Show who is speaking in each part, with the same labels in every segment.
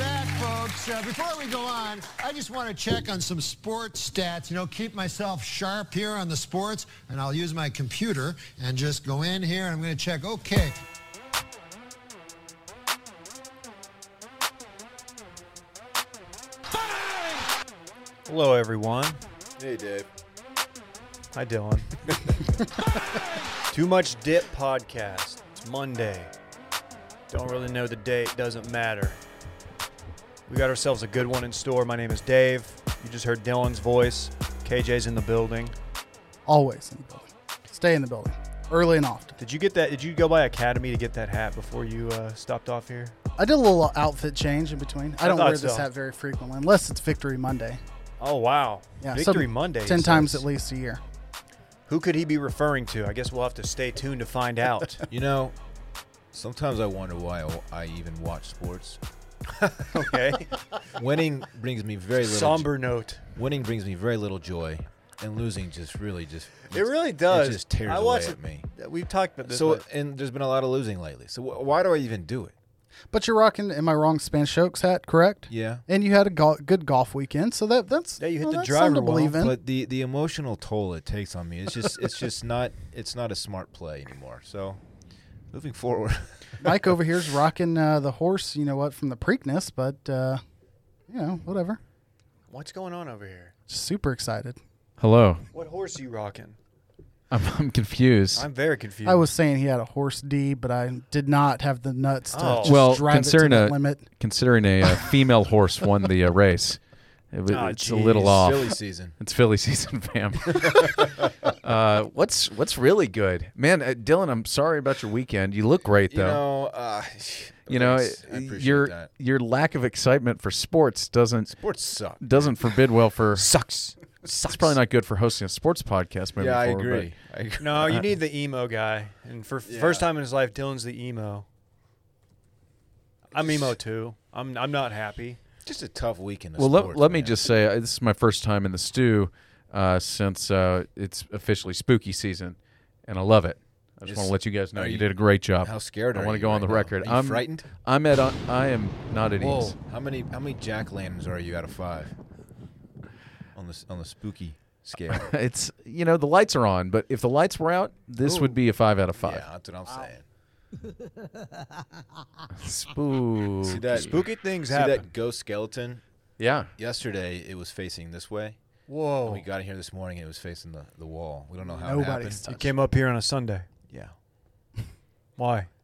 Speaker 1: folks. Uh, before we go on, I just want to check on some sports stats. You know, keep myself sharp here on the sports, and I'll use my computer and just go in here and I'm going to check. Okay.
Speaker 2: Hello, everyone.
Speaker 3: Hey, Dave.
Speaker 2: Hi, Dylan. Too Much Dip podcast. It's Monday. Don't really know the date, doesn't matter. We got ourselves a good one in store. My name is Dave. You just heard Dylan's voice. KJ's in the building.
Speaker 4: Always in the building. Stay in the building. Early and often.
Speaker 2: Did you get that? Did you go by Academy to get that hat before you uh, stopped off here?
Speaker 4: I did a little outfit change in between. I
Speaker 2: I
Speaker 4: don't
Speaker 2: thought
Speaker 4: wear this
Speaker 2: so.
Speaker 4: hat very frequently unless it's Victory Monday.
Speaker 2: Oh wow!
Speaker 4: Yeah, so
Speaker 2: Victory Monday.
Speaker 4: Ten
Speaker 2: he
Speaker 4: times
Speaker 2: says.
Speaker 4: at least a year.
Speaker 2: Who could he be referring to? I guess we'll have to stay tuned to find out.
Speaker 3: You know, sometimes I wonder why I- I even watch sports.
Speaker 2: okay.
Speaker 3: Winning brings me very little.
Speaker 2: Somber note.
Speaker 3: Winning brings me very little joy, and losing just really just.
Speaker 2: It really does.
Speaker 3: It just tears
Speaker 2: I watch
Speaker 3: away
Speaker 2: it-
Speaker 3: at me.
Speaker 2: We've talked about this.
Speaker 3: So,
Speaker 2: but-
Speaker 3: and there's been a lot of losing lately. So, wh- why do I even do it?
Speaker 4: But you're rocking, am I wrong, Spanish Oaks hat, correct?
Speaker 3: Yeah.
Speaker 4: And you had a go- good golf weekend, so that that's
Speaker 2: Yeah, you hit
Speaker 4: well,
Speaker 2: the
Speaker 4: that's something
Speaker 2: driver well,
Speaker 4: to believe in.
Speaker 3: But the the emotional toll it takes on me, it's just it's just not it's not a smart play anymore. So, moving forward,
Speaker 4: Mike over here's rocking uh, the horse, you know what, from the Preakness, but uh, you know, whatever.
Speaker 2: What's going on over here?
Speaker 4: Just super excited.
Speaker 5: Hello.
Speaker 2: What horse are you rocking?
Speaker 5: I'm, I'm confused.
Speaker 2: I'm very confused.
Speaker 4: I was saying he had a horse D, but I did not have the nuts to
Speaker 2: Oh.
Speaker 4: just
Speaker 5: well,
Speaker 4: drive it to
Speaker 5: considering
Speaker 4: the
Speaker 5: a
Speaker 4: limit.
Speaker 5: considering a, uh female horse won the uh, race, it, wa-
Speaker 2: Ah,
Speaker 5: it's a little
Speaker 2: jeez.
Speaker 5: off.
Speaker 3: Philly season.
Speaker 5: It's Philly season, fam. uh, what's what's really good, man? Uh, Dylan, I'm sorry about your weekend. You look great
Speaker 3: You
Speaker 5: though.
Speaker 3: know, uh,
Speaker 5: You know,
Speaker 3: thanks. I appreciate
Speaker 5: your
Speaker 3: that.
Speaker 5: your lack of excitement for sports doesn't
Speaker 3: sports suck.
Speaker 5: doesn't forbid well for.
Speaker 2: sucks. Sucks.
Speaker 5: It's probably not good for hosting a sports podcast. Moving
Speaker 3: Yeah, I
Speaker 5: forward, but-
Speaker 3: agree. I agree.
Speaker 2: No, you need the emo guy. And for f
Speaker 3: Yeah.
Speaker 2: first time in his life, Dylan's the emo. I'm emo too. I'm I'm not happy.
Speaker 3: Just a tough week in the
Speaker 5: Well, let,
Speaker 3: sports,
Speaker 5: let me
Speaker 3: man.
Speaker 5: just say uh, this is my first time in the stew uh, since uh, it's officially spooky season, and I love it. I just
Speaker 3: Is-
Speaker 5: want to let you guys know
Speaker 3: are
Speaker 5: you,
Speaker 3: you-
Speaker 5: did a great job.
Speaker 3: how scared
Speaker 5: I
Speaker 3: are
Speaker 5: want to
Speaker 3: you
Speaker 5: go on
Speaker 3: right
Speaker 5: the
Speaker 3: now?
Speaker 5: record.
Speaker 3: Are you
Speaker 5: I'm
Speaker 3: frighted?
Speaker 5: I'm at. a- I am not at
Speaker 3: Whoa,
Speaker 5: ease.
Speaker 3: how many how many jack lanterns are you out of five? On the s- on the spooky scale.
Speaker 5: It's you know the lights are on, but if the lights were out, this would be a five out of five.
Speaker 3: Yeah, that's what I'm saying.
Speaker 5: Spook.
Speaker 3: See that
Speaker 2: Spooky things
Speaker 3: See
Speaker 2: happen.
Speaker 3: that ghost skeleton?
Speaker 5: Yeah.
Speaker 3: Yesterday it was facing this way.
Speaker 2: Whoa!
Speaker 3: We got in here this morning. It was facing the, the wall. We don't know how it happened.
Speaker 4: Nobody's
Speaker 2: He
Speaker 4: touched.
Speaker 2: came up here on a Sunday.
Speaker 3: yeah.
Speaker 2: Why?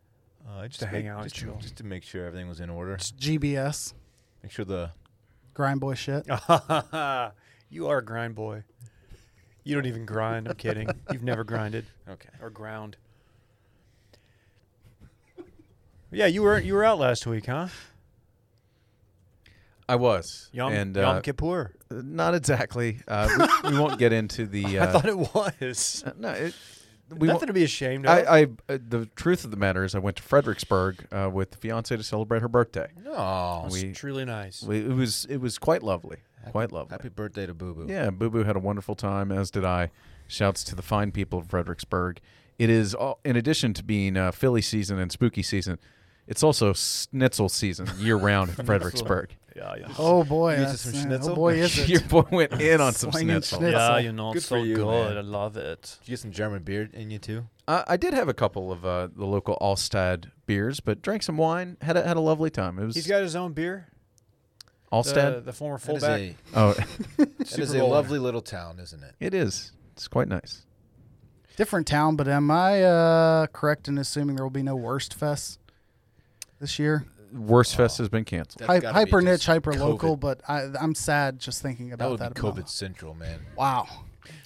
Speaker 3: Uh, just
Speaker 2: to hang
Speaker 3: make-
Speaker 2: out and
Speaker 3: just,
Speaker 2: chill.
Speaker 3: to, just to make sure everything was in order.
Speaker 4: It's GBS,
Speaker 3: Make sure the
Speaker 4: grind boy shit.
Speaker 3: Oh.
Speaker 2: you are a grind boy. You don't even grind. I'm kidding. You've never grinded
Speaker 3: okay.
Speaker 2: or ground. Yeah, you were you were out last week, huh?
Speaker 5: I was.
Speaker 2: Yom,
Speaker 5: and
Speaker 2: Yom
Speaker 5: uh,
Speaker 2: Kippur.
Speaker 5: not exactly. Uh, we, we won't get into the. Uh,
Speaker 2: I thought it was.
Speaker 5: uh, no. It, we
Speaker 2: We
Speaker 5: won't-
Speaker 2: Nothing to be ashamed of.
Speaker 5: I, I uh, the truth of the matter is, I went to Fredericksburg uh, with the fiance to celebrate her birthday.
Speaker 3: No.
Speaker 2: That's
Speaker 5: we-
Speaker 2: truly nice.
Speaker 5: We, it was it was quite lovely, quite lovely.
Speaker 3: Happy birthday to Boo Boo.
Speaker 5: Yeah, Boo Boo had a wonderful time, as did I. Shouts to the fine people of Fredericksburg. It is all, in addition to being uh, Philly season and spooky season, it's also schnitzel season year round in Fredericksburg.
Speaker 2: yeah, yeah.
Speaker 4: Oh boy,
Speaker 3: You used
Speaker 4: that's-
Speaker 3: some
Speaker 4: yeah,
Speaker 3: schnitzel?
Speaker 4: oh boy, is it?
Speaker 5: Your boy went in on some
Speaker 4: Slinging
Speaker 5: schnitzel.
Speaker 4: schnitzel. Yeah, you
Speaker 2: know,
Speaker 3: Good it's for so you, good. man. I
Speaker 2: love it.
Speaker 3: Did you get some German beer in you too?
Speaker 5: I, I did have a couple of uh, the local Alstad beers, but drank some wine. had a, had a lovely time. It was
Speaker 2: He's got his own beer. The,
Speaker 5: Alstad.
Speaker 2: the former
Speaker 3: That
Speaker 2: fullback.
Speaker 3: is a-
Speaker 5: oh,
Speaker 3: That is
Speaker 2: Super
Speaker 3: a
Speaker 2: Bowl
Speaker 3: lovely little town, isn't it?
Speaker 5: it is. It's quite nice.
Speaker 4: Different town, but am I uh, correct in assuming there will be no worst fest this year?
Speaker 5: Worst Fest has been canceled.
Speaker 3: That's
Speaker 4: Hy-
Speaker 3: gotta be
Speaker 4: hyper
Speaker 3: just
Speaker 4: niche, hyper
Speaker 3: COVID.
Speaker 4: local, but I, I'm sad just thinking
Speaker 3: That
Speaker 4: about
Speaker 3: would be
Speaker 4: that.
Speaker 3: COVID
Speaker 4: amount.
Speaker 3: central, man.
Speaker 4: Wow,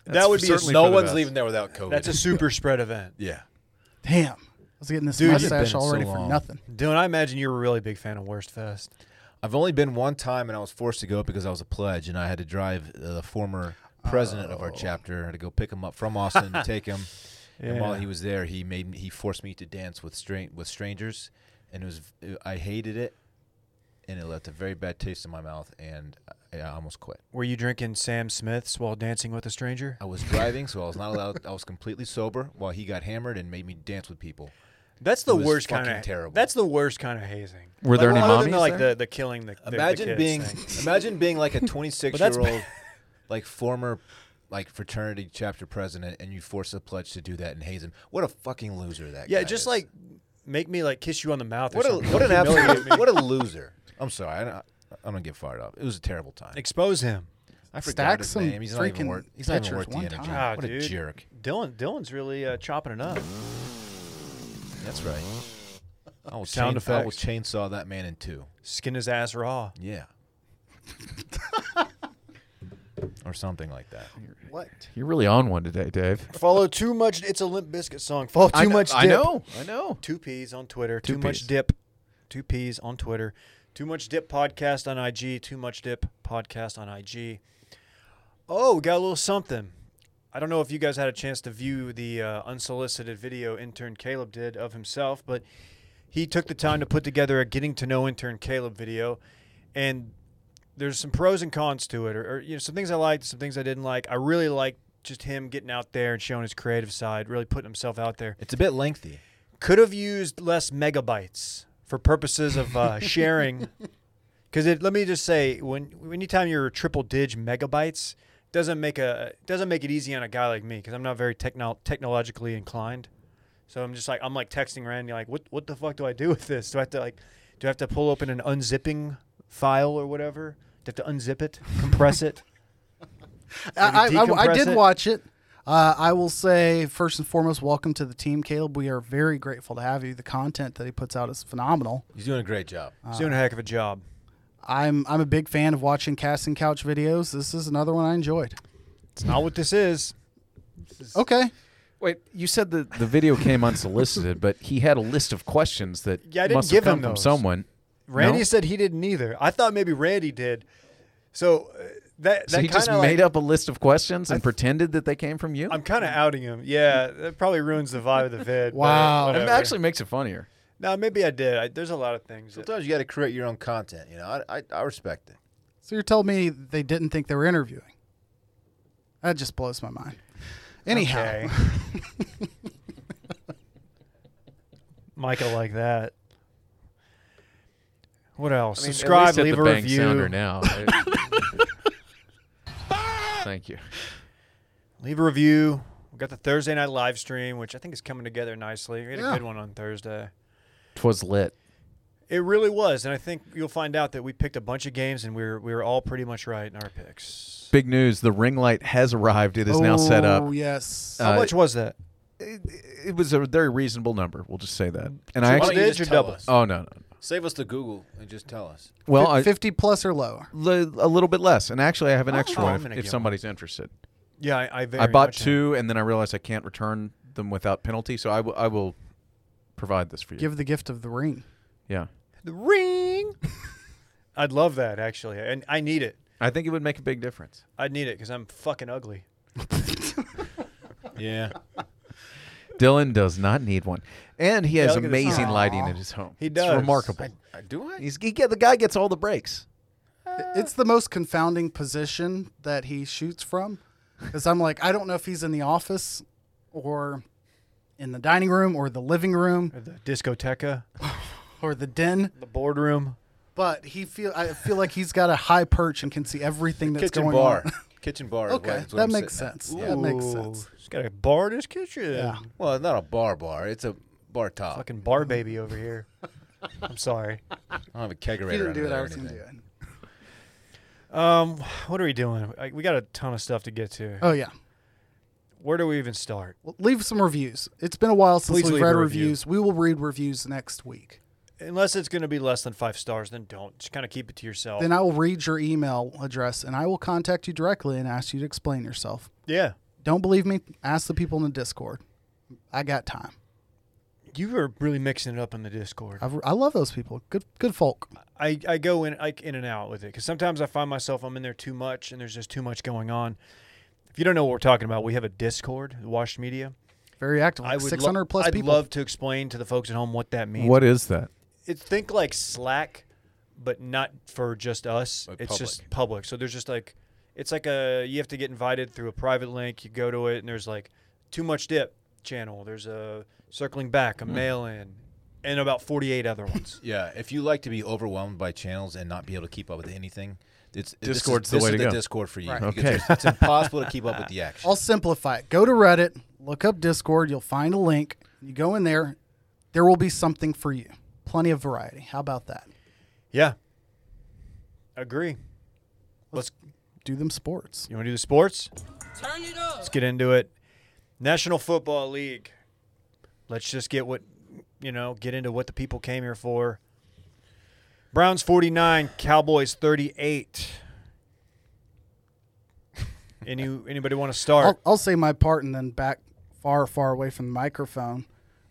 Speaker 2: That would be a,
Speaker 5: certainly
Speaker 3: no
Speaker 5: for the
Speaker 3: one's
Speaker 5: best.
Speaker 3: leaving there without COVID.
Speaker 2: that's a super spread event.
Speaker 3: yeah.
Speaker 4: damn! I was getting this
Speaker 2: Dude, you've
Speaker 4: mustache
Speaker 3: been so
Speaker 4: already for
Speaker 3: long.
Speaker 4: nothing.
Speaker 2: Dylan, I imagine you were a really big fan of Worst Fest.
Speaker 3: I've only been one time, and I was forced to go because I was a pledge, and I had to drive uh, the former president
Speaker 2: Oh.
Speaker 3: of our chapter. I had to go pick him up from Austin to take him. And while
Speaker 2: Yeah.
Speaker 3: he was there, he made me, he forced me to dance with stra- with strangers, and it was I hated it, and it left a very bad taste in my mouth, and I, I almost quit.
Speaker 2: Were you drinking Sam Smith's while dancing with a stranger?
Speaker 3: I was driving, so I was not allowed. I was completely sober while he got hammered and made me dance with people.
Speaker 2: That's the
Speaker 3: was
Speaker 2: worst kind
Speaker 3: fucking
Speaker 2: of
Speaker 3: terrible.
Speaker 2: That's the worst kind of hazing.
Speaker 5: Were there
Speaker 2: like,
Speaker 5: any
Speaker 2: other than
Speaker 5: mommies
Speaker 2: the, like
Speaker 5: there?
Speaker 2: the the killing the the- the
Speaker 3: Imagine
Speaker 2: kids
Speaker 3: being
Speaker 2: thing.
Speaker 3: imagine being like a 26
Speaker 2: that's
Speaker 3: year old like former like fraternity chapter president and you force a pledge to do that and haze him. What a fucking loser that
Speaker 2: Yeah,
Speaker 3: guy
Speaker 2: just
Speaker 3: is.
Speaker 2: like make me like kiss you on the mouth. Or
Speaker 3: what a
Speaker 2: something.
Speaker 3: what an
Speaker 2: Humiliate me.
Speaker 3: absolute what a loser. I'm sorry. I don't, I don't get fired up. It was a terrible time.
Speaker 2: Expose him.
Speaker 3: I forgot
Speaker 4: Stack
Speaker 3: his
Speaker 4: some
Speaker 3: name. He's not even
Speaker 4: freaking
Speaker 3: worth. He's not even
Speaker 4: pitchers
Speaker 3: worth the
Speaker 4: one
Speaker 3: energy.
Speaker 4: time.
Speaker 2: Ah,
Speaker 3: what
Speaker 2: dude.
Speaker 3: a jerk.
Speaker 2: Dylan Dylan's really uh, chopping it up.
Speaker 3: That's right. I will
Speaker 2: Sound
Speaker 3: chain, I will
Speaker 2: effects.
Speaker 3: chainsaw that man in two.
Speaker 2: Skin his ass raw.
Speaker 3: Yeah. or something like that.
Speaker 2: What?
Speaker 5: You're really on one today, Dave.
Speaker 2: Follow too much. It's a Limp Biscuit song. Follow too
Speaker 5: I, kn-
Speaker 2: much. Dip.
Speaker 5: I know. I know.
Speaker 2: Two P's on Twitter.
Speaker 5: Two
Speaker 2: too much
Speaker 5: Ps.
Speaker 2: dip. Two P's on Twitter. Too much dip podcast on IG. Too much dip podcast on IG. Oh, we got a little something. I don't know if you guys had a chance to view the uh, unsolicited video intern Caleb did of himself, but he took the time to put together a getting to know intern Caleb video, and there's some pros and cons to it, or, or you know some things I liked, some things I didn't like. I really liked just him getting out there and showing his creative side, really putting himself out there
Speaker 3: It's a bit lengthy.
Speaker 2: could have used less megabytes for purposes of uh, sharing. Because let me just say, when anytime you're triple dig megabytes, doesn't make a doesn't make it easy on a guy like me because I'm not very techno- technologically inclined. So I'm just like I'm like texting Randy like, what what the fuck do I do with this? Do I have to like do I have to pull open an unzipping file or whatever? Do I have to unzip it, compress it?
Speaker 4: I, I- I, I
Speaker 2: decompress
Speaker 4: did
Speaker 2: it?
Speaker 4: watch it. Uh, I will say, first and foremost, welcome to the team, Caleb. We are very grateful to have you. The content that he puts out is phenomenal.
Speaker 3: He's doing a great job.
Speaker 2: He's doing a heck of a job.
Speaker 4: I'm I'm a big fan of watching casting couch videos. This is another one I enjoyed.
Speaker 2: It's not what this is.
Speaker 4: Okay,
Speaker 5: Wait, you said the, the video came unsolicited, but he had a list of questions that
Speaker 2: Yeah, I didn't
Speaker 5: must
Speaker 2: give
Speaker 5: have come
Speaker 2: him
Speaker 5: from
Speaker 2: those.
Speaker 5: someone.
Speaker 2: Randy
Speaker 5: No?
Speaker 2: said he didn't either. I thought maybe Randy did. So uh, that that
Speaker 5: So he just
Speaker 2: kinda, like-
Speaker 5: made up a list of questions and pretended that they came from you?
Speaker 2: I'm kind of outing him. Yeah, that probably ruins the vibe of the vid. but
Speaker 4: Wow.
Speaker 5: It
Speaker 2: whatever.
Speaker 5: actually makes it funnier.
Speaker 2: no, maybe I did. I, there's a lot of things. that-
Speaker 3: Sometimes you got to create your own content. You know, I, I, I respect it.
Speaker 4: so you're telling me they didn't think they were interviewing? That just blows my mind. Anyhow,
Speaker 2: Okay. Michael like that. What else?
Speaker 5: I mean, at
Speaker 2: Subscribe,
Speaker 5: least hit
Speaker 2: leave
Speaker 5: the
Speaker 2: a
Speaker 5: bang
Speaker 2: review.
Speaker 5: sounder now. I- Thank you.
Speaker 2: Leave a review. We got the Thursday night live stream, which I think is coming together nicely. We had
Speaker 4: Yeah.
Speaker 2: a good one on Thursday.
Speaker 5: Twas lit.
Speaker 2: It really was, and I think you'll find out that we picked a bunch of games, and we were we were all pretty much right in our picks.
Speaker 5: Big news: the ring light has arrived. It is now set
Speaker 4: Oh
Speaker 5: up.
Speaker 4: yes.
Speaker 5: Uh,
Speaker 2: How much was that?
Speaker 5: It, it was a very reasonable number. We'll just say that. And
Speaker 3: Why
Speaker 5: I
Speaker 3: don't
Speaker 5: actually,
Speaker 3: you
Speaker 2: Digits
Speaker 3: just
Speaker 2: or
Speaker 3: tell
Speaker 2: doubles?
Speaker 3: us?
Speaker 5: oh no, no, no.
Speaker 3: Save us the Google and just tell us.
Speaker 5: Well,
Speaker 4: Fif-
Speaker 5: I,
Speaker 4: fifty plus or lower.
Speaker 5: li- a little bit less. And actually, I have an extra
Speaker 2: Oh,
Speaker 5: one
Speaker 2: I'm
Speaker 5: if-
Speaker 2: gonna
Speaker 5: if,
Speaker 2: get
Speaker 5: somebody's interested.
Speaker 2: Yeah, I I, very
Speaker 5: I bought
Speaker 2: much am.
Speaker 5: two, and then I realized I can't return them without penalty. So I will- I will provide this for you.
Speaker 4: Give the gift of the ring.
Speaker 5: yeah,
Speaker 2: The ring. I'd love that actually, and I need it.
Speaker 5: I think it would make a big difference.
Speaker 2: I'd need it because I'm fucking ugly.
Speaker 3: Yeah.
Speaker 5: Dylan does not need one, and he has
Speaker 2: look at this.
Speaker 5: amazing lighting in his home.
Speaker 2: He
Speaker 5: It's
Speaker 2: does.
Speaker 5: remarkable.
Speaker 3: Uh, do I?
Speaker 5: He's he get, the guy gets all the breaks.
Speaker 4: It's the most confounding position that he shoots from, because I'm like, I don't know if he's in the office or in the dining room or the living room
Speaker 2: Or The discoteca,
Speaker 4: or the den.
Speaker 2: the boardroom.
Speaker 4: But he feel I feel like he's got a high perch and can see everything that's
Speaker 3: Kitchen
Speaker 4: going
Speaker 3: bar.
Speaker 4: on.
Speaker 3: Kitchen bar. is what-
Speaker 4: Okay,
Speaker 3: is what
Speaker 4: that
Speaker 3: I'm
Speaker 4: makes
Speaker 3: sitting at.
Speaker 4: sense. That makes sense.
Speaker 2: He's got a bar in his kitchen.
Speaker 4: Yeah.
Speaker 3: Well, it's not a bar bar. It's a bar top.
Speaker 2: Fucking bar baby over here. I'm sorry.
Speaker 3: I don't have a
Speaker 4: If
Speaker 3: kegerator.
Speaker 4: you didn't
Speaker 3: under
Speaker 4: do it,
Speaker 3: there
Speaker 4: I
Speaker 3: or
Speaker 4: was gonna do
Speaker 3: anything.
Speaker 4: it.
Speaker 2: Um, what are we doing? I, we got a ton of stuff to get to.
Speaker 4: Oh yeah.
Speaker 2: Where do we even start?
Speaker 4: Well, leave some reviews. It's been a while since
Speaker 2: Please
Speaker 4: we've
Speaker 2: leave a
Speaker 4: read
Speaker 2: review.
Speaker 4: reviews. We will read reviews next week.
Speaker 2: Unless it's going to be less than five stars, then don't. Just kind of keep it to yourself.
Speaker 4: Then I will read your email address and I will contact you directly and ask you to explain yourself.
Speaker 2: yeah.
Speaker 4: Don't believe me? Ask the people in the Discord. I got time.
Speaker 2: You were really mixing it up in the Discord.
Speaker 4: I've, I love those people. Good good folk.
Speaker 2: I, I go in like in and out with it because sometimes I find myself I'm in there too much and there's just too much going on. If you don't know what we're talking about, we have a Discord, Washed Media.
Speaker 4: Very active.
Speaker 2: I
Speaker 4: Like
Speaker 2: would lo-
Speaker 4: 600 plus
Speaker 2: I'd
Speaker 4: people.
Speaker 2: love to explain to the folks at home what that means.
Speaker 5: What is that?
Speaker 2: It's think like Slack, but not for just us.
Speaker 3: But
Speaker 2: it's just
Speaker 3: public.
Speaker 2: public. So there's just like, it's like a you have to get invited through a private link. You go to it and there's like too much dip. channel. There's a circling back, a
Speaker 3: Hmm.
Speaker 2: mail in, and about 48 other ones.
Speaker 3: Yeah, if you like to be overwhelmed by channels and not be able to keep up with anything, it's this is-
Speaker 5: Discord's the
Speaker 3: this
Speaker 5: way
Speaker 3: is
Speaker 5: to
Speaker 3: the
Speaker 5: go.
Speaker 3: Discord for you.
Speaker 4: Right.
Speaker 3: because
Speaker 5: Okay.
Speaker 3: it's- it's impossible to keep up with the action.
Speaker 4: I'll simplify it. Go to Reddit, look up Discord, you'll find a link. You go in there, there will be something for you. Plenty of variety. How about that?
Speaker 2: yeah, agree. Let's.
Speaker 4: Do them sports.
Speaker 2: You want to do the sports?
Speaker 6: Turn it up.
Speaker 2: Let's get into it. National Football League. Let's just get what you know, get into what the people came here for. Browns 49, Cowboys 38. Any anybody want to start?
Speaker 4: I'll, I'll say my part and then back far, far away from the microphone.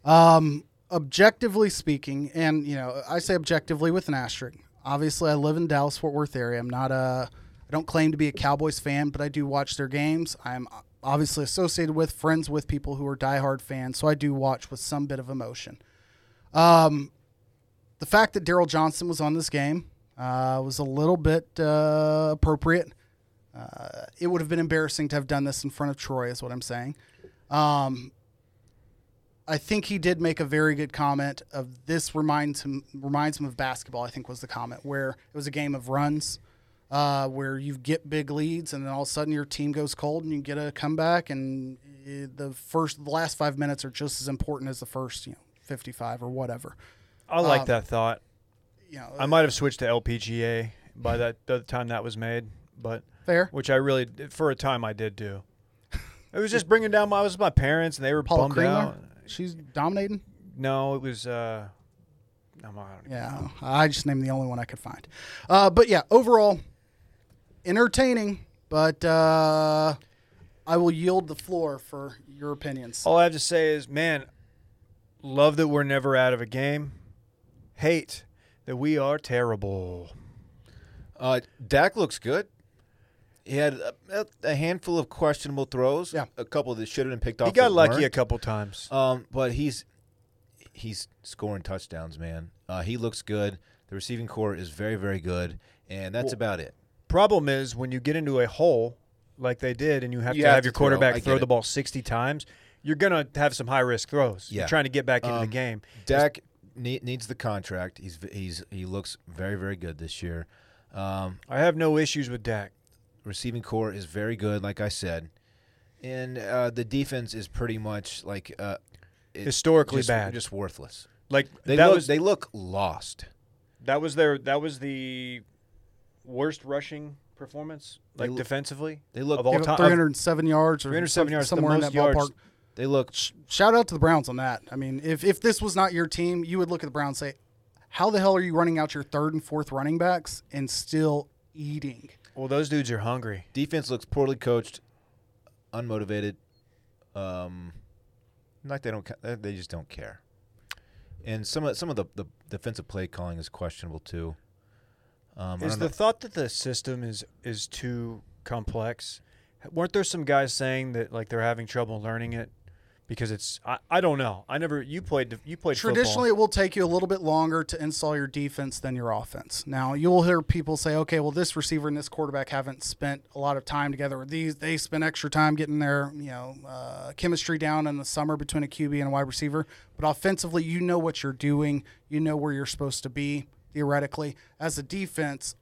Speaker 4: Um, objectively speaking, and you know, I say objectively with an asterisk. Obviously, I live in Dallas Fort Worth area. I'm not a, I don't claim to be a Cowboys fan, but I do watch their games. I'm obviously associated with, friends with people who are diehard fans, so I do watch with some bit of emotion. Um, the fact that Daryl Johnson was on this game uh, was a little bit uh, appropriate. Uh, it would have been embarrassing to have done this in front of Troy, is what I'm saying. Um, I think he did make a very good comment of this reminds him reminds him of basketball. I think was the comment where it was a game of runs, uh, where you get big leads and then all of a sudden your team goes cold and you get a comeback and eh, the first the last five minutes are just as important as the first you know 55 or whatever.
Speaker 2: I like that thought.
Speaker 4: You know,
Speaker 2: I might have switched to LPGA by that the time that was made, but
Speaker 4: Fair.
Speaker 2: which I really for a time I did do. It was just bringing down my I was with my parents and they were
Speaker 4: Paula
Speaker 2: bummed
Speaker 4: Creamer.
Speaker 2: out.
Speaker 4: She's dominating.
Speaker 2: No, it was uh I'm, I don't even
Speaker 4: Yeah, I just named the only one I could find. Uh, but yeah, overall, entertaining. But uh, I will yield the floor for your opinions.
Speaker 2: All I have to say is, man, love that we're never out of a game. Hate that we are terrible.
Speaker 3: Uh, Dak looks good. He had a, a handful of questionable throws.
Speaker 4: Yeah.
Speaker 3: a couple that should have been picked off.
Speaker 2: He got
Speaker 3: that
Speaker 2: lucky
Speaker 3: weren't.
Speaker 2: a couple times.
Speaker 3: Um, but he's he's scoring touchdowns, man. Uh, he looks good. The receiving core is very, very good, and that's about it.
Speaker 2: Problem is when you get into a hole like they did, and you have
Speaker 3: You
Speaker 2: to
Speaker 3: have
Speaker 2: have,
Speaker 3: to
Speaker 2: your
Speaker 3: throw. I
Speaker 2: quarterback
Speaker 3: get
Speaker 2: throw, the
Speaker 3: it.
Speaker 2: ball sixty times. You're gonna have some high risk throws.
Speaker 3: Yeah.
Speaker 2: You're trying to get back into the
Speaker 3: Um,
Speaker 2: game.
Speaker 3: Dak ne- needs the contract. He's he's he looks very, very good this year. Um,
Speaker 2: I have no issues with Dak.
Speaker 3: receiving core is very good, like I said, and uh, the defense is pretty much like uh, it's
Speaker 2: Historically
Speaker 3: just-
Speaker 2: bad.
Speaker 3: just worthless.
Speaker 2: Like
Speaker 3: They
Speaker 2: that
Speaker 3: look
Speaker 2: was
Speaker 3: they look lost.
Speaker 2: that was their that was the worst rushing performance like
Speaker 3: They look-
Speaker 2: defensively
Speaker 3: they look-
Speaker 2: of
Speaker 4: Give
Speaker 2: all time.
Speaker 4: up 307 yards or
Speaker 2: 307
Speaker 4: some-
Speaker 2: yards, the
Speaker 4: somewhere in
Speaker 2: most
Speaker 4: that
Speaker 2: yards.
Speaker 4: ballpark.
Speaker 3: They look
Speaker 4: Shout out to the Browns on that. I mean, if, if this was not your team, you would look at the Browns and say, how the hell are you running out your third and fourth running backs and still eating?
Speaker 2: well, those dudes are hungry.
Speaker 3: defense looks poorly coached, unmotivated. Um, like they don't, ca- they- they just don't care. And some of some of the, the defensive play calling is questionable too. Um, I
Speaker 2: Is
Speaker 3: don't
Speaker 2: the
Speaker 3: know.
Speaker 2: thought that the system is is too complex? Weren't there some guys saying that like they're having trouble learning it because it's I, I don't know. I never you played you played football.
Speaker 4: traditionally it will take you a little bit longer to install your defense than your offense. Now you'll hear people say, "Okay, well this receiver and this quarterback haven't spent a lot of time together, or these they spent extra time getting their you know uh, chemistry down in the summer between a QB and a wide receiver." But offensively, you know what you're doing, you know where you're supposed to be theoretically. As a defense,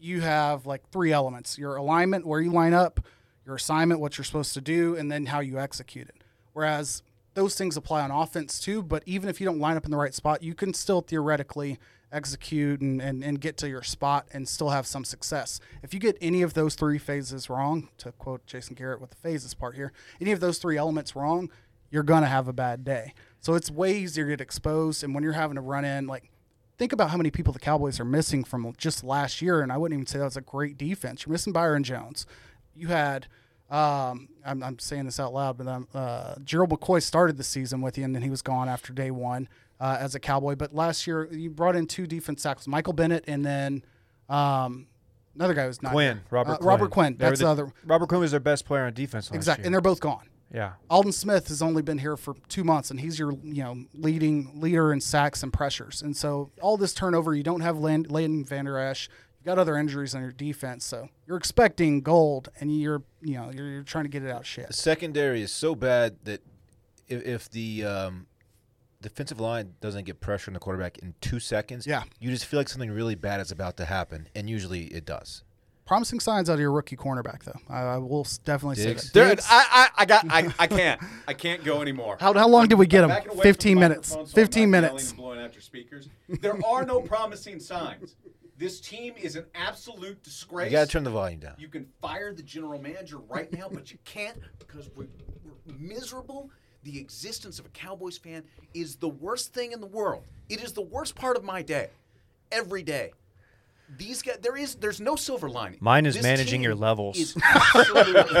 Speaker 4: you have like three elements your alignment, where you line up, your assignment, what you're supposed to do, and then how you execute it. Whereas those things apply on offense too, but even if you don't line up in the right spot, you can still theoretically execute and, and, and get to your spot and still have some success. If you get any of those three phases wrong, to quote Jason Garrett with the phases part here, any of those three elements wrong, you're going to have a bad day. So it's way easier to get exposed. And when you're having to run in, like, think about how many people the Cowboys are missing from just last year, and I wouldn't even say that was a great defense. You're missing Byron Jones. You had, um, I'm, I'm saying this out loud, but um uh, Gerald McCoy started the season with you, and then he was gone after day one uh, as a Cowboy. But last year, you brought in two defense tackles, Michael Bennett, and then um, another guy who's not
Speaker 2: Quinn,
Speaker 4: here.
Speaker 2: Robert
Speaker 4: Uh,
Speaker 2: Quinn.
Speaker 4: Robert Quinn.
Speaker 2: They were
Speaker 4: That's
Speaker 2: the-
Speaker 4: the other
Speaker 2: Robert Quinn was their best player on defense last
Speaker 4: exactly, and
Speaker 2: year.
Speaker 4: they're both gone.
Speaker 2: Yeah.
Speaker 4: Alden Smith has only been here for two months, and he's your you know leading leader in sacks and pressures. And so all this turnover, you don't have Land- Landon Vander Esch. You've got other injuries on your defense, so you're expecting gold, and you're you know you're, you're trying to get it out of shit.
Speaker 3: secondary is so bad that if, if the um, defensive line doesn't get pressure on the quarterback in two seconds,
Speaker 4: Yeah.
Speaker 3: you just feel like something really bad is about to happen, and usually it does.
Speaker 4: Promising signs out of your rookie cornerback, though. I, I will s- definitely
Speaker 3: Diggs.
Speaker 4: say that.
Speaker 5: Dude, I, I, I got, I, I can't, I can't go anymore.
Speaker 4: How, how long did we get him?
Speaker 5: Backing away from the
Speaker 4: 15 minutes.
Speaker 5: microphone so I'm
Speaker 4: 15
Speaker 5: not yelling
Speaker 4: minutes.
Speaker 5: and blowing out your speakers. There are no promising signs. This team is an absolute disgrace.
Speaker 3: You got to turn the volume down.
Speaker 5: You can fire the general manager right now, but you can't because we're, we're miserable. The existence of a Cowboys fan is the worst thing in the world. It is the worst part of my day, every day. These guys, there is, there's no silver lining.
Speaker 2: Mine is managing your
Speaker 5: team
Speaker 2: levels.
Speaker 5: is absolute-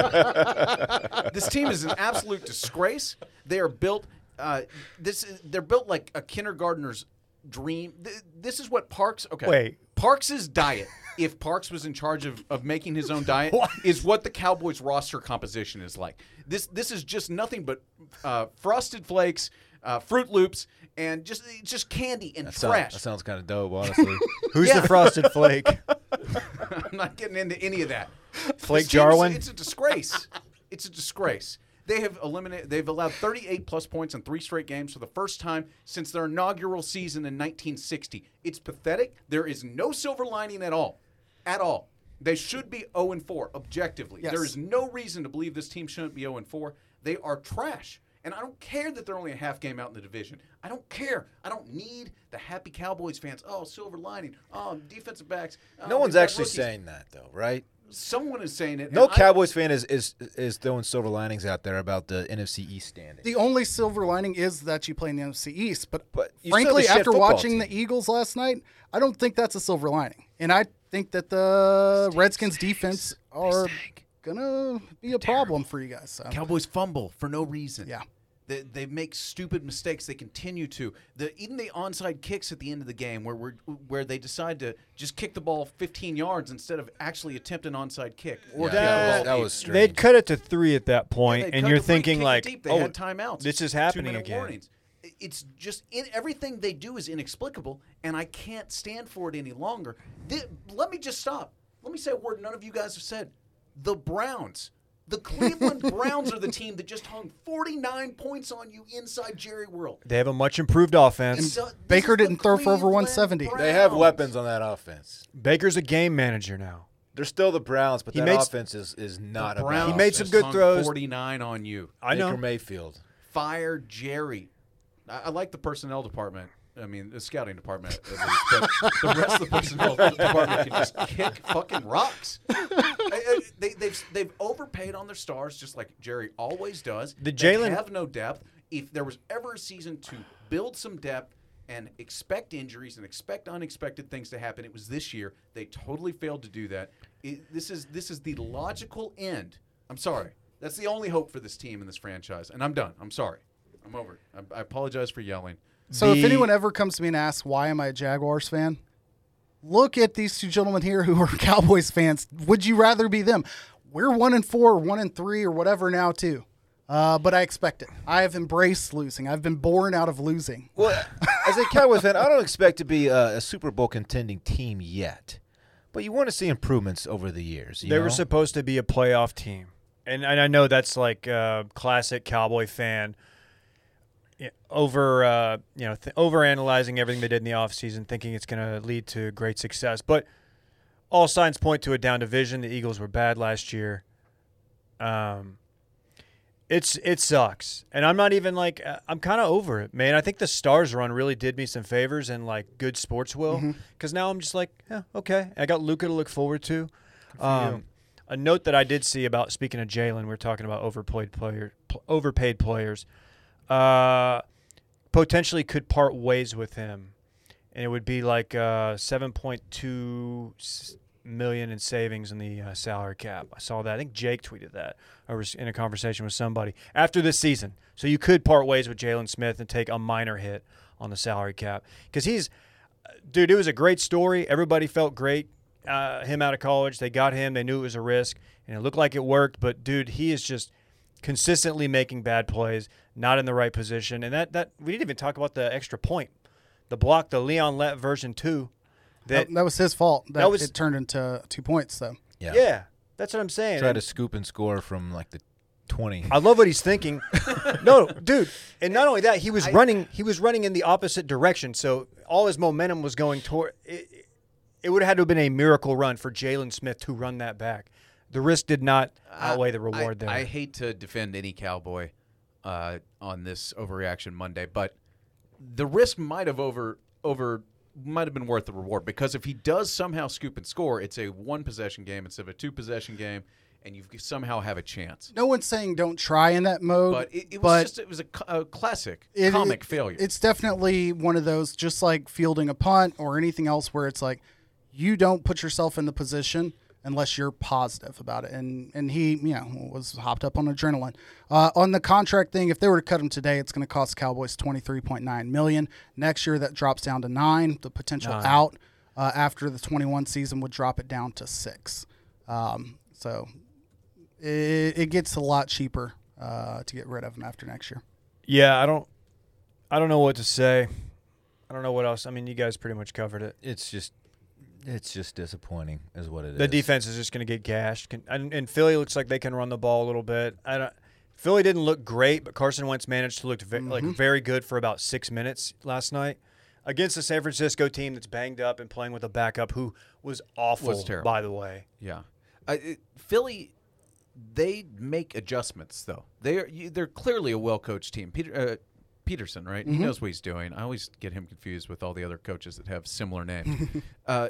Speaker 5: this team is an absolute disgrace. They are built. Uh, this is, they're built like a kindergartner's dream. Th- This is what Parks. Okay,
Speaker 2: Wait.
Speaker 5: Parks's diet, if Parks was in charge of, of making his own diet, is what the Cowboys roster composition is like. This this is just nothing but uh, frosted flakes, uh, Fruit Loops, and just just candy and
Speaker 3: That, sound-
Speaker 5: trash.
Speaker 3: that sounds kind of dope, honestly.
Speaker 2: Who's
Speaker 5: Yeah.
Speaker 2: the frosted flake?
Speaker 5: I'm not getting into any of that.
Speaker 2: Flake
Speaker 5: This team is-
Speaker 2: Jarwin?
Speaker 5: It's a disgrace. It's a disgrace. They have eliminated. They've allowed 38 plus points in three straight games for the first time since their inaugural season in 1960. It's pathetic. There is no silver lining at all, at all. They should be 0 and 4 objectively.
Speaker 4: Yes.
Speaker 5: There is no reason to believe this team shouldn't be 0 and 4. They are trash. And I don't care that they're only a half game out in the division. I don't care. I don't need the happy Cowboys fans. Oh, silver lining. Oh, defensive backs. Oh,
Speaker 3: no
Speaker 5: we've
Speaker 3: one's
Speaker 5: got
Speaker 3: actually
Speaker 5: rookies.
Speaker 3: saying that, though, right?
Speaker 5: Someone is saying it.
Speaker 3: No
Speaker 5: and I-
Speaker 3: Cowboys fan is, is is throwing silver linings out there about the NFC East standing.
Speaker 4: The only silver lining is that you play in the NFC East, but,
Speaker 3: But you still have a
Speaker 4: frankly,
Speaker 3: shit
Speaker 4: after
Speaker 3: football
Speaker 4: watching
Speaker 3: team.
Speaker 4: the Eagles last night, I don't think that's a silver lining. And I think that the Redskins defense are gonna be a problem for you guys. So
Speaker 5: Cowboys fumble for no reason.
Speaker 4: Yeah.
Speaker 5: They, they make stupid mistakes. They continue to. The, even the onside kicks at the end of the game, where we're, where they decide to just kick the ball 15 yards instead of actually attempt an onside kick. Or
Speaker 3: Yeah, that, was,
Speaker 5: kick the ball
Speaker 3: that
Speaker 5: eight.
Speaker 3: was strange.
Speaker 2: They'd cut it to three at that point,
Speaker 5: Yeah, they
Speaker 2: and
Speaker 5: cut
Speaker 2: you're
Speaker 5: the three,
Speaker 2: thinking
Speaker 5: kick it
Speaker 2: like,
Speaker 5: deep. They
Speaker 2: "Oh,
Speaker 5: had timeouts.
Speaker 2: this is happening
Speaker 5: Two-minute
Speaker 2: again."
Speaker 5: warnings. I- It's just in, everything they do is inexplicable, and I can't stand for it any longer. Thi- let me just stop. Let me say a word none of you guys have said: the Browns. The Cleveland Browns are the team that just hung 49 points on you inside Jerry World.
Speaker 2: They have a much improved offense.
Speaker 5: So, this
Speaker 4: Baker
Speaker 5: is the
Speaker 4: didn't throw for over
Speaker 5: Cleveland
Speaker 4: 170.
Speaker 3: they have
Speaker 5: Browns.
Speaker 3: weapons on that offense.
Speaker 2: Baker's a game manager now.
Speaker 3: They're still the Browns, but
Speaker 2: He
Speaker 3: that
Speaker 2: makes-
Speaker 3: offense is, is not a
Speaker 5: Browns
Speaker 2: He made some
Speaker 5: just
Speaker 2: good
Speaker 5: hung
Speaker 2: throws.
Speaker 5: 49 on you.
Speaker 2: I
Speaker 3: Baker
Speaker 2: know.
Speaker 3: Mayfield.
Speaker 5: fire Jerry. I, I like the personnel department. I mean, the scouting department. At least, but the rest of the personnel department can just kick fucking rocks. I- I- they, they've they've overpaid on their stars, just like Jerry always does.
Speaker 2: The
Speaker 5: They
Speaker 2: Jalen-
Speaker 5: have no depth. If there was ever a season to build some depth and expect injuries and expect unexpected things to happen, it was this year. They totally failed to do that. It, this is this is the logical end. I'm sorry. That's the only hope for this team and this franchise. And I'm done. I'm sorry. I'm over. it. I, I apologize for yelling.
Speaker 4: So if
Speaker 2: The-
Speaker 4: anyone ever comes to me and asks why am I a Jaguars fan, look at these two gentlemen here who are Cowboys fans. Would you rather be them? We're one and four, or one and three, or whatever now too. Uh, but I expect it. I have embraced losing. I've been born out of losing.
Speaker 3: Well, as a Cowboys fan, I don't expect to be a, a Super Bowl contending team yet, but you want to see improvements over the years. you
Speaker 2: They
Speaker 3: know?
Speaker 2: were supposed to be a playoff team, and and I know that's like a classic cowboy fan yeah, over uh, you know th- over analyzing everything they did in the offseason, thinking it's going to lead to great success. But all signs point to a down division. The Eagles were bad last year. Um, it's it sucks, and I'm not even like uh, I'm kind of over it, man. I think the stars run really did me some favors and like good sports will, because now I'm just like, yeah, okay, I got Luca to look forward to. Um, a note that I did see about speaking of Jalen, we we're talking about overplayed player, pl- overpaid players. Uh, potentially could part ways with him, and it would be like uh, seven point two million in savings in the uh, salary cap. I saw that. I think Jake tweeted that. I was in a conversation with somebody after this season. So you could part ways with Jalen Smith and take a minor hit on the salary cap because he's dude, it was a great story. Everybody felt great. Uh, him out of college, they got him. They knew it was a risk, and it looked like it worked. But dude, he is just consistently making bad plays, not in the right position, and that that we didn't even talk about the extra point, the block, the Leon Lett version two. That
Speaker 4: That, that was his fault. That,
Speaker 2: That was-
Speaker 4: it turned into two points though.
Speaker 3: yeah.
Speaker 2: yeah, that's what I'm saying.
Speaker 3: Try to scoop and score from like the twenty.
Speaker 2: I love what he's thinking. no, dude, and not only that, he was running. He was running in the opposite direction, so all his momentum was going toward. It, it would have had to have been a miracle run for Jalen Smith to run that back. The risk did not outweigh the reward
Speaker 5: Uh,
Speaker 2: there.
Speaker 5: I, I hate to defend any cowboy uh, on this overreaction Monday, but the risk might have over over might have been worth the reward because if he does somehow scoop and score, it's a one possession game instead of a two possession game, and you somehow have a chance.
Speaker 4: No one's saying don't try in that mode,
Speaker 5: But it, it was
Speaker 4: but
Speaker 5: just it was a, c- a classic
Speaker 4: it-
Speaker 5: comic
Speaker 4: it-
Speaker 5: failure.
Speaker 4: It's definitely one of those, just like fielding a punt or anything else, where it's like you don't put yourself in the position unless you're positive about it. And and he, you know, was hopped up on adrenaline. Uh, on the contract thing, if they were to cut him today, it's going to cost Cowboys twenty three point nine million next year. That drops down to nine. The potential out uh, after the twenty one season would drop it down to six. Um, so it, it gets a lot cheaper uh, to get rid of him after next year.
Speaker 2: yeah, I don't. I don't know what to say. I don't know what else. I mean, you guys pretty much covered it.
Speaker 3: It's just, it's just disappointing, is what it is.
Speaker 2: The defense is just going to get gashed, Can, and, and Philly looks like they can run the ball a little bit. I don't. Philly didn't look great, but Carson Wentz managed to look ve- like
Speaker 4: Mm-hmm.
Speaker 2: very good for about six minutes last night against the San Francisco team that's banged up and playing with a backup who was awful.
Speaker 5: Was terrible.
Speaker 2: by the way.
Speaker 5: Yeah, I, it, Philly, they make adjustments though. They are you- they're clearly a well coached team. Peter uh, Peterson, right? He knows what he's doing. I always get him confused with all the other coaches that have similar names. uh,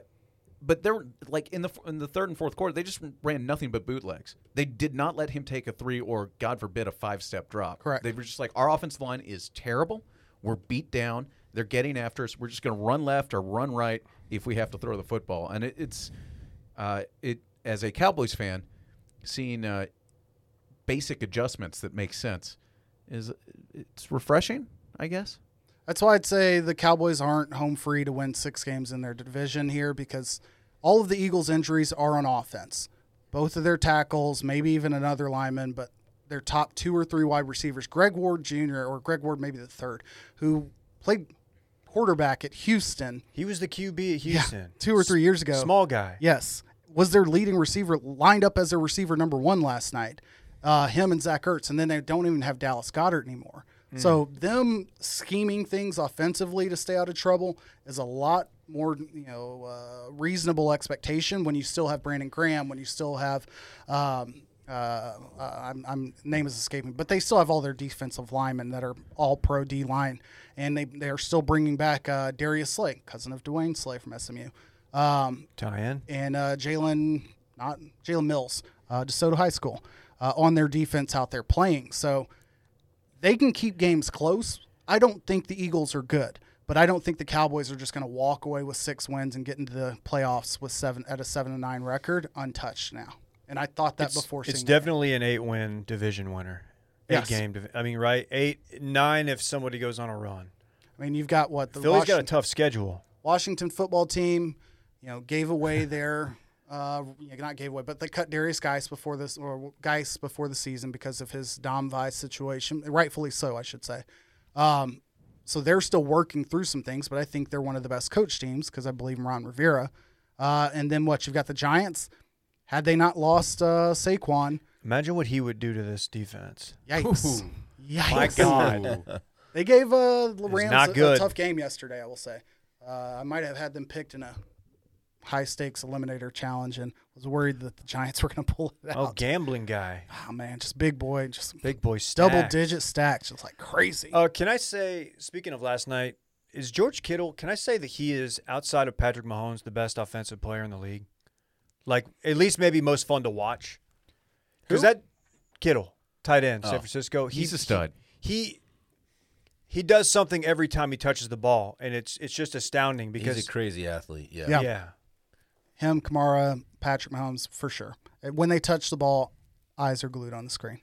Speaker 5: but they were like in the f- in the third and fourth quarter, they just ran nothing but bootlegs. They did not let him take a three or God forbid a five step drop.
Speaker 4: Correct.
Speaker 5: They were just like our offensive line is terrible. We're beat down. They're getting after us. We're just going to run left or run right if we have to throw the football. And it, it's uh, it as a Cowboys fan, seeing uh, basic adjustments that make sense is it's refreshing, I guess.
Speaker 4: That's why I'd say the Cowboys aren't home free to win six games in their division here because all of the Eagles' injuries are on offense. Both of their tackles, maybe even another lineman, but their top two or three wide receivers, Greg Ward Jr. or Greg Ward, maybe the third, who played quarterback at Houston
Speaker 2: He was the QB at
Speaker 4: yeah,
Speaker 2: Houston.
Speaker 4: two or three years ago.
Speaker 2: Small guy.
Speaker 4: Yes. Was their leading receiver lined up as their receiver number one last night? Uh, him and Zach Ertz. And then they don't even have Dallas Goddard anymore. So them scheming things offensively to stay out of trouble is a lot more, you know, uh, reasonable expectation when you still have Brandon Graham, when you still have, um, uh, uh, I'm, I'm name is escaping, but they still have all their defensive linemen that are all pro D line, and they they are still bringing back uh, Darius Slay, cousin of Dwayne Slay from SMU. Um,
Speaker 2: Tie in.
Speaker 4: and uh, Jalen, not Jalen Mills, uh, DeSoto High School, uh, on their defense out there playing. So they can keep games close. I don't think the Eagles are good, but I don't think the Cowboys are just going to walk away with six wins and get into the playoffs with seven at a seven and nine record untouched now. And I thought that before.
Speaker 2: It's
Speaker 4: seeing that.
Speaker 2: definitely an eight-win division winner. Eight
Speaker 4: Yes.
Speaker 2: game. divi- I mean, right? Eight, nine. If somebody goes on a run,
Speaker 4: I mean, you've got what the
Speaker 2: Philly's got a
Speaker 4: Washington,
Speaker 2: tough schedule.
Speaker 4: Washington football team, you know, gave away their. Uh, you know, not gave away, but they cut Darius Geis before this or Geis before the season because of his Dom Vice situation. Rightfully so, I should say. Um, so they're still working through some things, but I think they're one of the best coach teams because I believe in Ron Rivera. Uh, and then what you've got the Giants. Had they not lost uh, Saquon,
Speaker 2: Imagine what he would do to this defense.
Speaker 4: yikes, yikes!
Speaker 2: My God.
Speaker 4: They gave uh, the
Speaker 2: It's
Speaker 4: Rams
Speaker 2: not
Speaker 4: a, a
Speaker 2: good.
Speaker 4: tough game yesterday. I will say, uh, I might have had them picked in a high stakes eliminator challenge, and was worried that the Giants were going to pull it out.
Speaker 2: Oh, gambling guy.
Speaker 4: Oh, man, just big boy, just
Speaker 2: Big boy stack.
Speaker 4: double digit stacks, just like crazy.
Speaker 2: Uh, can I say, speaking of last night, is George Kittle, can I say that he is, outside of Patrick Mahomes, the best offensive player in the league? Like, at least maybe most fun to watch. Because that Kittle, tight end,
Speaker 4: Oh.
Speaker 2: San Francisco, he-
Speaker 7: He's a stud.
Speaker 2: He, he he does something every time he touches the ball, and it's it's just astounding because
Speaker 3: He's a crazy athlete. Yeah.
Speaker 4: Yeah.
Speaker 2: yeah,
Speaker 4: Him, Kamara, Patrick Mahomes, for sure. And When they touch the ball, eyes are glued on the screen.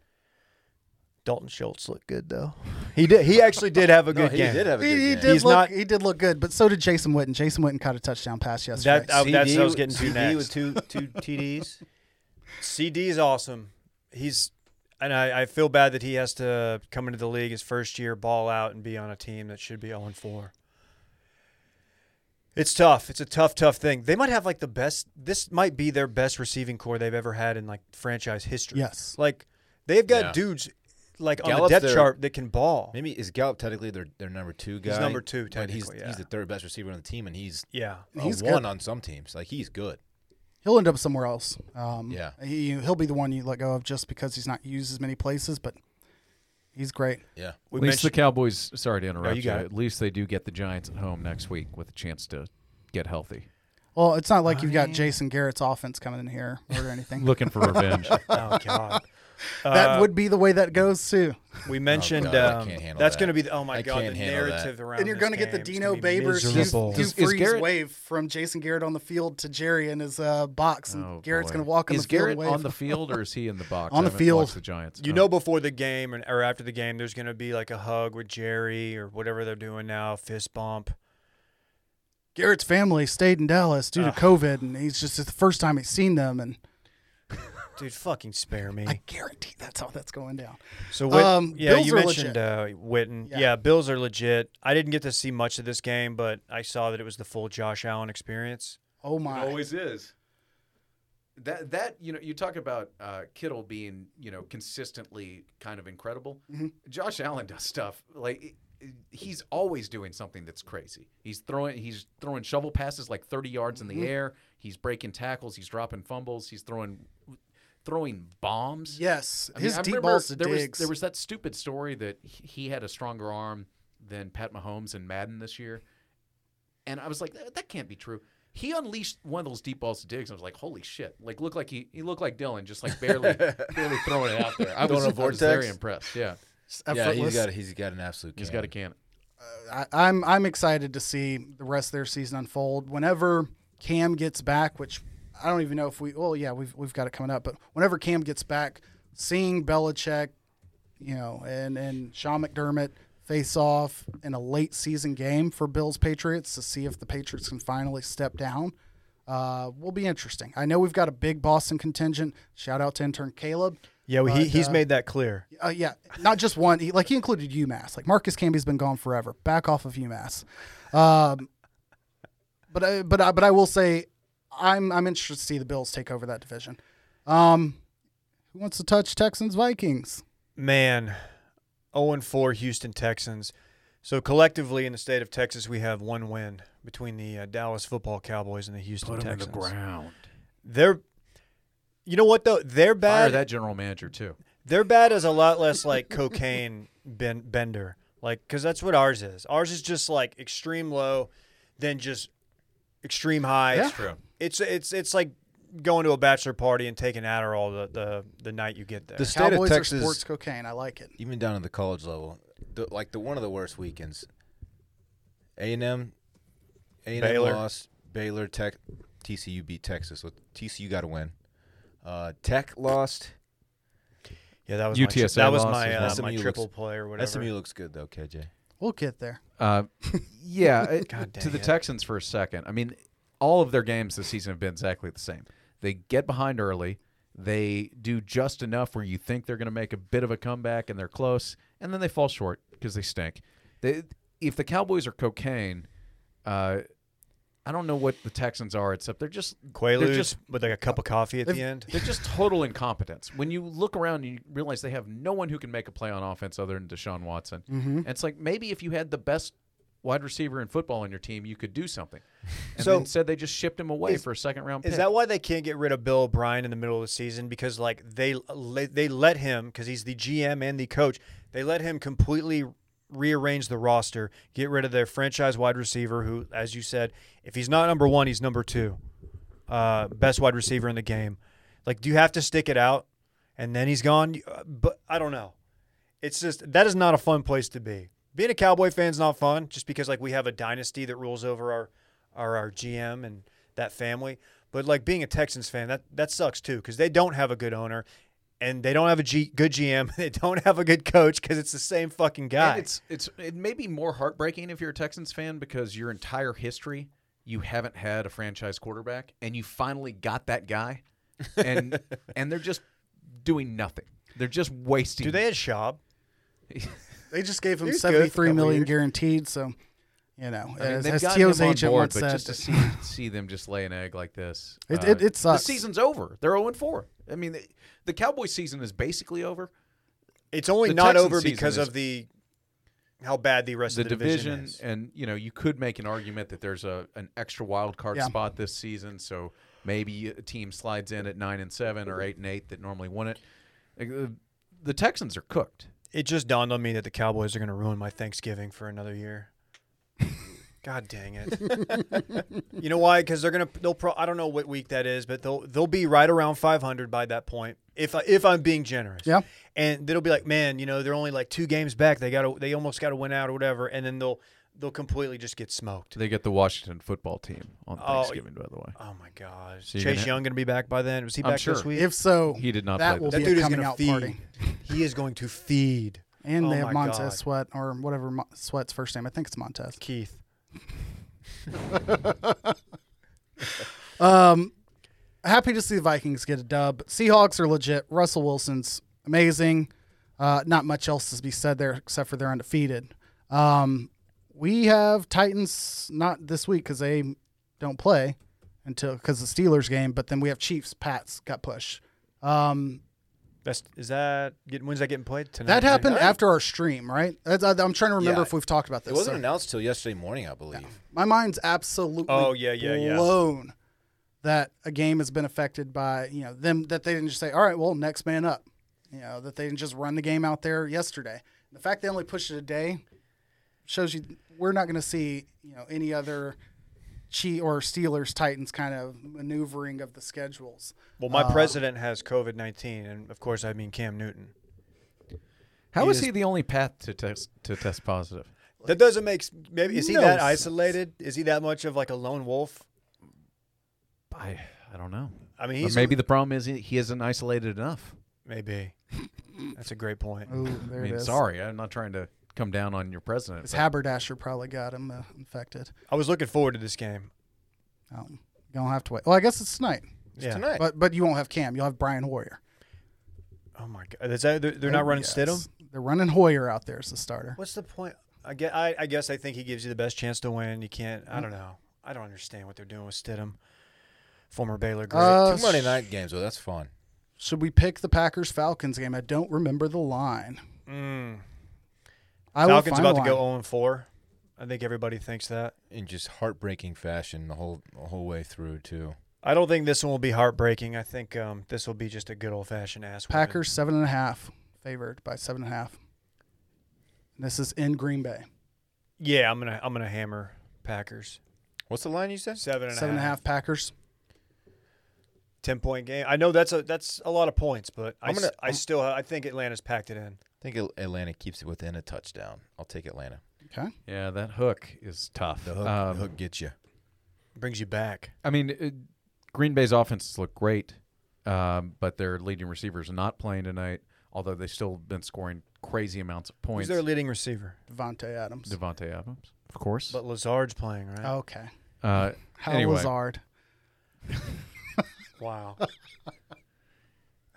Speaker 2: Dalton Schultz looked good though. He did. He actually did have a
Speaker 3: No,
Speaker 2: good
Speaker 3: he
Speaker 2: game.
Speaker 3: did have a
Speaker 4: He,
Speaker 3: good
Speaker 4: he
Speaker 3: game.
Speaker 4: did
Speaker 2: He's
Speaker 4: look,
Speaker 2: not-
Speaker 4: he did look good, but so did Jason Witten. Jason Witten caught a touchdown pass yesterday.
Speaker 2: That- I- that's what I was
Speaker 3: CD
Speaker 2: getting to
Speaker 3: CD
Speaker 2: next.
Speaker 3: with two two TDs.
Speaker 2: CD is awesome. He's and I, I feel bad that he has to come into the league his first year, ball out, and be on a team that should be 0 4. It's tough. It's a tough, tough thing. They might have like the best. This might be their best receiving core they've ever had in like franchise history.
Speaker 4: Yes.
Speaker 2: Like They've got
Speaker 3: Yeah.
Speaker 2: dudes like on the
Speaker 3: Gallup's
Speaker 2: depth
Speaker 3: their-
Speaker 2: chart that can ball.
Speaker 3: Maybe is Gallup technically their their number two guy?
Speaker 2: number two,
Speaker 3: but he's
Speaker 2: technically, yeah.
Speaker 3: he's the third best receiver on the team, and he's
Speaker 2: Yeah.
Speaker 3: a
Speaker 4: He's
Speaker 3: one
Speaker 4: good.
Speaker 3: on some teams. Like he's good.
Speaker 4: He'll end up somewhere else. Um,
Speaker 3: Yeah.
Speaker 4: he, he'll be the one you let go of just because he's not used as many places, but he's great.
Speaker 3: Yeah,
Speaker 2: We
Speaker 5: At least the
Speaker 2: mentioned
Speaker 5: Cowboys. Sorry to interrupt
Speaker 2: you
Speaker 5: you.
Speaker 2: got it.
Speaker 5: At least they do get the Giants at home next week with a chance to get healthy.
Speaker 4: Well, it's not like you've got Jason Garrett's offense coming in here or anything.
Speaker 5: Looking for revenge.
Speaker 2: oh god. Uh,
Speaker 5: uh,
Speaker 4: that would be the way that goes too.
Speaker 2: We mentioned
Speaker 3: Oh, God, I
Speaker 2: um,
Speaker 3: can't handle
Speaker 2: that's
Speaker 3: that.
Speaker 2: going to be the, oh my
Speaker 3: I
Speaker 2: god the
Speaker 3: can't handle that.
Speaker 2: narrative around
Speaker 4: And you're
Speaker 2: going to
Speaker 4: get the Dino Babers
Speaker 2: miserable.
Speaker 4: Hugh, Hugh
Speaker 5: Is- is
Speaker 4: Freeze
Speaker 5: Garrett-
Speaker 4: wave from Jason Garrett on the field to Jerry in his uh, box, and
Speaker 5: Oh,
Speaker 4: Garrett's
Speaker 5: boy.
Speaker 4: going to walk on
Speaker 5: is
Speaker 4: the field
Speaker 5: Garrett
Speaker 4: wave.
Speaker 5: on the field or is he in the box?
Speaker 4: On
Speaker 5: I
Speaker 4: the
Speaker 5: haven't
Speaker 4: field.
Speaker 5: watched the Giants.
Speaker 2: You
Speaker 5: Oh.
Speaker 2: know, before the game and or after the game, there's going to be like a hug with Jerry or whatever they're doing now, fist bump.
Speaker 4: Garrett's family stayed in Dallas due to
Speaker 2: Ugh.
Speaker 4: COVID, and he's just it's the first time he's seen them, and
Speaker 2: Dude, fucking spare me.
Speaker 4: I guarantee that's how that's going down.
Speaker 2: So Whit,
Speaker 4: Um,
Speaker 2: yeah,
Speaker 4: Bills
Speaker 2: you
Speaker 4: are
Speaker 2: mentioned
Speaker 4: legit.
Speaker 2: Uh, Witten. Yeah.
Speaker 4: Yeah.
Speaker 2: Bills are legit. I didn't get to see much of this game, but I saw that it was the full Josh Allen experience.
Speaker 4: Oh
Speaker 6: It
Speaker 4: my!
Speaker 6: always is. That that you know you talk about uh, Kittle being you know consistently kind of incredible.
Speaker 4: Mm-hmm.
Speaker 6: Josh Allen does stuff like it- it- he's always doing something that's crazy. He's throwing he's throwing shovel passes like thirty yards in the
Speaker 4: Mm-hmm.
Speaker 6: air. He's breaking tackles. He's dropping fumbles. He's throwing throwing bombs.
Speaker 4: yes,
Speaker 6: I mean,
Speaker 4: his
Speaker 6: I
Speaker 4: deep
Speaker 6: remember
Speaker 4: balls to
Speaker 6: there
Speaker 4: digs.
Speaker 6: Was, there was that stupid story that he he had a stronger arm than Pat Mahomes and Madden this year, and I was like, that, that can't be true. He unleashed one of those deep balls to digs. and I was like, holy shit! Like, looked like he, he looked like Dylan, just like barely, barely throwing it out there. I was,
Speaker 3: Throwing a
Speaker 6: I was
Speaker 3: vortex?
Speaker 6: very impressed. Yeah,
Speaker 4: It's
Speaker 3: yeah. He's
Speaker 4: effortless.
Speaker 3: got he's got an absolute.
Speaker 6: he's
Speaker 3: cannon.
Speaker 6: got a cannon.
Speaker 4: I, I'm I'm excited to see the rest of their season unfold. Whenever Cam gets back, which I don't even know if we well yeah we've we've got it coming up, but whenever Cam gets back, seeing Belichick, you know, and and Sean McDermott face off in a late season game for Bills Patriots to see if the Patriots can finally step down. Uh, will be interesting. I know we've got a big Boston contingent. Shout out to intern Caleb.
Speaker 2: Yeah, well, he,
Speaker 4: But,
Speaker 2: he's
Speaker 4: uh,
Speaker 2: made that clear.
Speaker 4: Uh, yeah, not just one. He, like he included UMass. Like Marcus Camby's been gone forever. Back off of UMass. Um, but I, but I, but I will say, I'm I'm interested to see the Bills take over that division. Um, who wants to touch Texans Vikings?
Speaker 2: Man, 0 and 4 Houston Texans. So collectively in the state of Texas, we have one win between the uh, Dallas Football Cowboys and the Houston
Speaker 5: Put him in
Speaker 2: Texans.
Speaker 5: the ground.
Speaker 2: They're, you know what though? They're
Speaker 8: Fire
Speaker 2: bad.
Speaker 8: that general manager too.
Speaker 2: Their bad is a lot less like cocaine ben- bender, like because that's what ours is. Ours is just like extreme low, then just extreme high.
Speaker 4: That's
Speaker 2: true. It's it's it's like going to a bachelor party and taking Adderall the the, the night you get there.
Speaker 3: The state
Speaker 4: Cowboys
Speaker 3: of
Speaker 4: are
Speaker 3: Texas,
Speaker 4: sports cocaine. I like it.
Speaker 3: even down at the college level, the, like the one of the worst weekends. A and M, A and M
Speaker 2: Baylor.
Speaker 3: lost. Baylor Tech, TCU beat Texas. So TCU got to win. Uh, Tech lost.
Speaker 2: yeah, that was
Speaker 5: UTSA
Speaker 2: My, that was
Speaker 5: loss
Speaker 2: my
Speaker 5: as
Speaker 2: uh,
Speaker 5: well.
Speaker 2: my
Speaker 3: SMU looks-
Speaker 2: triple play or whatever.
Speaker 3: SMU looks good though, KJ.
Speaker 4: We'll get there.
Speaker 5: Uh, yeah, it-
Speaker 2: God
Speaker 5: to
Speaker 2: dang
Speaker 5: the
Speaker 2: it.
Speaker 5: Texans for a second. I mean, all of their games this season have been exactly the same. They get behind early, they do just enough where you think they're going to make a bit of a comeback and they're close, and then they fall short because they stink. They, if the Cowboys are cocaine, uh, I don't know what the Texans are except they're just
Speaker 2: Quaaludes
Speaker 5: they're just
Speaker 2: with like a cup of coffee at the end.
Speaker 5: they're just total incompetence. When you look around, you realize they have no one who can make a play on offense other than Deshaun Watson.
Speaker 8: Mm-hmm.
Speaker 5: And it's like maybe if you had the best wide receiver in football on your team, you could do something. And
Speaker 2: So-
Speaker 5: instead, they just shipped him away for a second round pick.
Speaker 2: Is that why they can't get rid of Bill O'Brien in the middle of the season? Because like they they let him because he's the GM and the coach. They let him completely rearrange the roster, get rid of their franchise wide receiver, who, as you said, if he's not number one, he's number two, uh, best wide receiver in the game. Like, do you have to stick it out, and then he's gone? Uh, But I don't know. It's just that is not a fun place to be. Being a Cowboy fan's not fun, just because like we have a dynasty that rules over our our, our GM and that family. But like being a Texans fan, that that sucks too, because they don't have a good owner, and they don't have a G, good GM, they don't have a good coach, because it's the same fucking guy.
Speaker 8: And it's it's it may be more heartbreaking if you're a Texans fan because your entire history you haven't had a franchise quarterback and you finally got that guy, and and they're just doing nothing. They're just wasting.
Speaker 2: Do they have Schaub?
Speaker 4: They just gave him
Speaker 2: He's good for a
Speaker 4: seventy three
Speaker 2: couple
Speaker 4: million
Speaker 2: years.
Speaker 4: guaranteed. So You know,
Speaker 8: I mean,
Speaker 4: as,
Speaker 8: they've
Speaker 4: as
Speaker 8: gotten him
Speaker 4: Tio's
Speaker 8: on
Speaker 4: agent
Speaker 8: board,
Speaker 4: once
Speaker 8: but
Speaker 4: said,
Speaker 8: just to see, see them just lay an egg like this.
Speaker 4: it,
Speaker 8: uh,
Speaker 4: it, it
Speaker 8: the
Speaker 4: sucks.
Speaker 8: season's over. They're 0 4. I mean, the, the Cowboys season is basically over.
Speaker 2: It's only
Speaker 8: The
Speaker 2: not
Speaker 8: Texans
Speaker 2: over
Speaker 8: season
Speaker 2: because
Speaker 8: is-
Speaker 2: of the how bad the rest
Speaker 8: the
Speaker 2: of the division,
Speaker 8: division,
Speaker 2: is.
Speaker 8: and you know, you could make an argument that there's a an extra wild card
Speaker 4: Yeah.
Speaker 8: spot this season, so maybe a team slides in at nine and seven or eight and eight that normally won it. Like, The the Texans are cooked.
Speaker 2: It just dawned on me that the Cowboys are going to ruin my Thanksgiving for another year. God dang it! you know why? Because they're gonna they'll pro, I don't know what week that is, but they'll they'll be right around 500 by that point. If I, if I'm being generous,
Speaker 4: Yeah.
Speaker 2: And it'll be like, man, you know, they're only like two games back. They got to they almost got to win out or whatever, and then they'll they'll completely just get smoked.
Speaker 5: They get the Washington football team on
Speaker 2: Oh,
Speaker 5: Thanksgiving, by the way.
Speaker 2: Oh my gosh!
Speaker 5: you're
Speaker 2: Chase
Speaker 5: gonna-
Speaker 2: Young gonna be back by then? Was he
Speaker 5: I'm
Speaker 2: back this
Speaker 5: sure.
Speaker 2: week?
Speaker 4: if so,
Speaker 5: He did not
Speaker 4: that
Speaker 5: play
Speaker 4: will
Speaker 5: this
Speaker 4: be
Speaker 2: that
Speaker 4: a
Speaker 2: dude is
Speaker 4: coming
Speaker 2: gonna
Speaker 4: out
Speaker 2: feed.
Speaker 4: party.
Speaker 2: He is going to feed
Speaker 4: And
Speaker 2: Oh
Speaker 4: they have
Speaker 2: my
Speaker 4: Montez
Speaker 2: God.
Speaker 4: Sweat or whatever Mo- Sweat's first name. I think it's Montez.
Speaker 2: Keith.
Speaker 4: Um, happy to see the Vikings get a dub. Seahawks are legit. Russell Wilson's amazing. Uh, not much else to be said there except for they're undefeated. Um, we have Titans not this week because they don't play until because the Steelers game, but then we have Chiefs. Pats got pushed. Um,
Speaker 2: That's is that getting when's that getting played tonight?
Speaker 4: that
Speaker 2: Is it-
Speaker 4: happened after our stream, right? That's- I, I'm trying to remember
Speaker 3: Yeah.
Speaker 4: if we've talked about this.
Speaker 3: It wasn't
Speaker 4: so-
Speaker 3: announced till yesterday morning, I believe.
Speaker 4: My mind's absolutely
Speaker 2: Oh, yeah, yeah, yeah.
Speaker 4: blown that a game has been affected by you know them that they didn't just say all right well next man up you know that they didn't just run the game out there yesterday. The fact they only pushed it a day shows you we're not going to see you know any other Chi or Steelers Titans kind of maneuvering of the schedules.
Speaker 2: Well, my president has COVID nineteen, and of course, I mean Cam Newton.
Speaker 5: How
Speaker 2: He
Speaker 5: is
Speaker 2: is-
Speaker 5: he the only path to test to test positive?
Speaker 2: That doesn't make s- maybe is he
Speaker 4: No
Speaker 2: that
Speaker 4: sense.
Speaker 2: isolated? Is he that much of like a lone wolf?
Speaker 5: I I don't know.
Speaker 2: I mean,
Speaker 5: But
Speaker 2: he's
Speaker 5: maybe the problem is he- he isn't isolated enough.
Speaker 2: maybe. That's a great point.
Speaker 4: Oh, there
Speaker 5: I mean,
Speaker 4: it is.
Speaker 5: sorry, I'm not trying to come down on your president.
Speaker 4: This
Speaker 5: but
Speaker 4: haberdasher probably got him uh, infected.
Speaker 2: I was looking forward to this game.
Speaker 4: Um, gonna have to wait. Well, I guess it's tonight,
Speaker 3: It's
Speaker 2: yeah.
Speaker 3: tonight.
Speaker 4: but but you won't have Cam. You'll have Brian Hoyer.
Speaker 2: Oh my god, is that, they're, they're not running
Speaker 4: Oh, Yes.
Speaker 2: Stidham.
Speaker 4: They're running Hoyer out there as the starter.
Speaker 2: What's the point? I guess I, I guess I think he gives you the best chance to win. You can't.
Speaker 4: Mm-hmm.
Speaker 2: I don't know. I don't understand what they're doing with Stidham, former Baylor great.
Speaker 4: Uh,
Speaker 3: Two Monday night games, though. That's fun.
Speaker 4: Should we pick the Packers Falcons game? I don't remember the line.
Speaker 2: Mm.
Speaker 4: I will
Speaker 2: Falcons
Speaker 4: find
Speaker 2: about
Speaker 4: the
Speaker 2: to go
Speaker 4: line.
Speaker 2: zero four. I think everybody thinks that.
Speaker 3: In just heartbreaking fashion the whole the whole way through, too.
Speaker 2: I don't think this one will be heartbreaking. I think um, this will be just a good old fashioned ass. whooping.
Speaker 4: Packers seven and a half, favored by seven and a half. And this is in Green Bay.
Speaker 2: Yeah, I'm gonna I'm gonna hammer Packers.
Speaker 3: What's the line you said?
Speaker 2: Seven and a
Speaker 4: seven and a half Packers.
Speaker 2: Ten point game. I know that's a that's a lot of points, but I,
Speaker 3: I'm gonna-
Speaker 2: s- I
Speaker 3: I'm-
Speaker 2: still I think Atlanta's packed it in.
Speaker 3: I think Al- Atlanta keeps it within a touchdown. I'll take Atlanta.
Speaker 4: Okay.
Speaker 5: yeah, that hook is tough.
Speaker 3: The hook,
Speaker 5: Um,
Speaker 3: the hook gets you.
Speaker 2: Brings you back.
Speaker 5: I mean, it, Green Bay's offenses look great, um, but their leading receivers are not playing tonight. Although they still have been scoring crazy amounts of
Speaker 2: Who's
Speaker 5: points.
Speaker 2: their leading receiver?
Speaker 4: Devontae Adams.
Speaker 5: Devontae Adams, of course.
Speaker 2: But Lazard's playing, right?
Speaker 4: okay.
Speaker 5: uh,
Speaker 4: How
Speaker 5: Anyway.
Speaker 4: Lazard.
Speaker 2: Wow.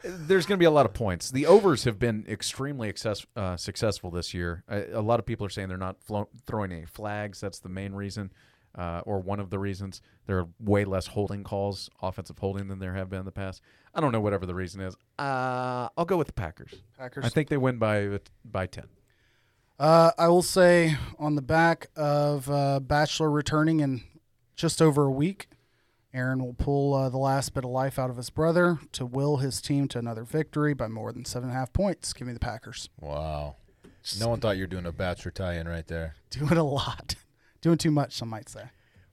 Speaker 5: there's going to be a lot of points. The overs have been extremely access, uh, successful this year. A, a lot of people are saying they're not flo- throwing any flags. That's the main reason, uh, or one of the reasons. There are way less holding calls, offensive holding, than there have been in the past. I don't know whatever the reason is. Uh, I'll go with the Packers.
Speaker 4: Packers.
Speaker 5: I think they win by by ten.
Speaker 4: Uh, I will say on the back of uh, Bachelor returning in just over a week, Aaron will pull uh, the last bit of life out of his brother to will his team to another victory by more than seven and a half points. Give me the Packers.
Speaker 3: Wow. No one thought you were doing a bachelor tie-in right there.
Speaker 4: Doing a lot. Doing too much, some might say.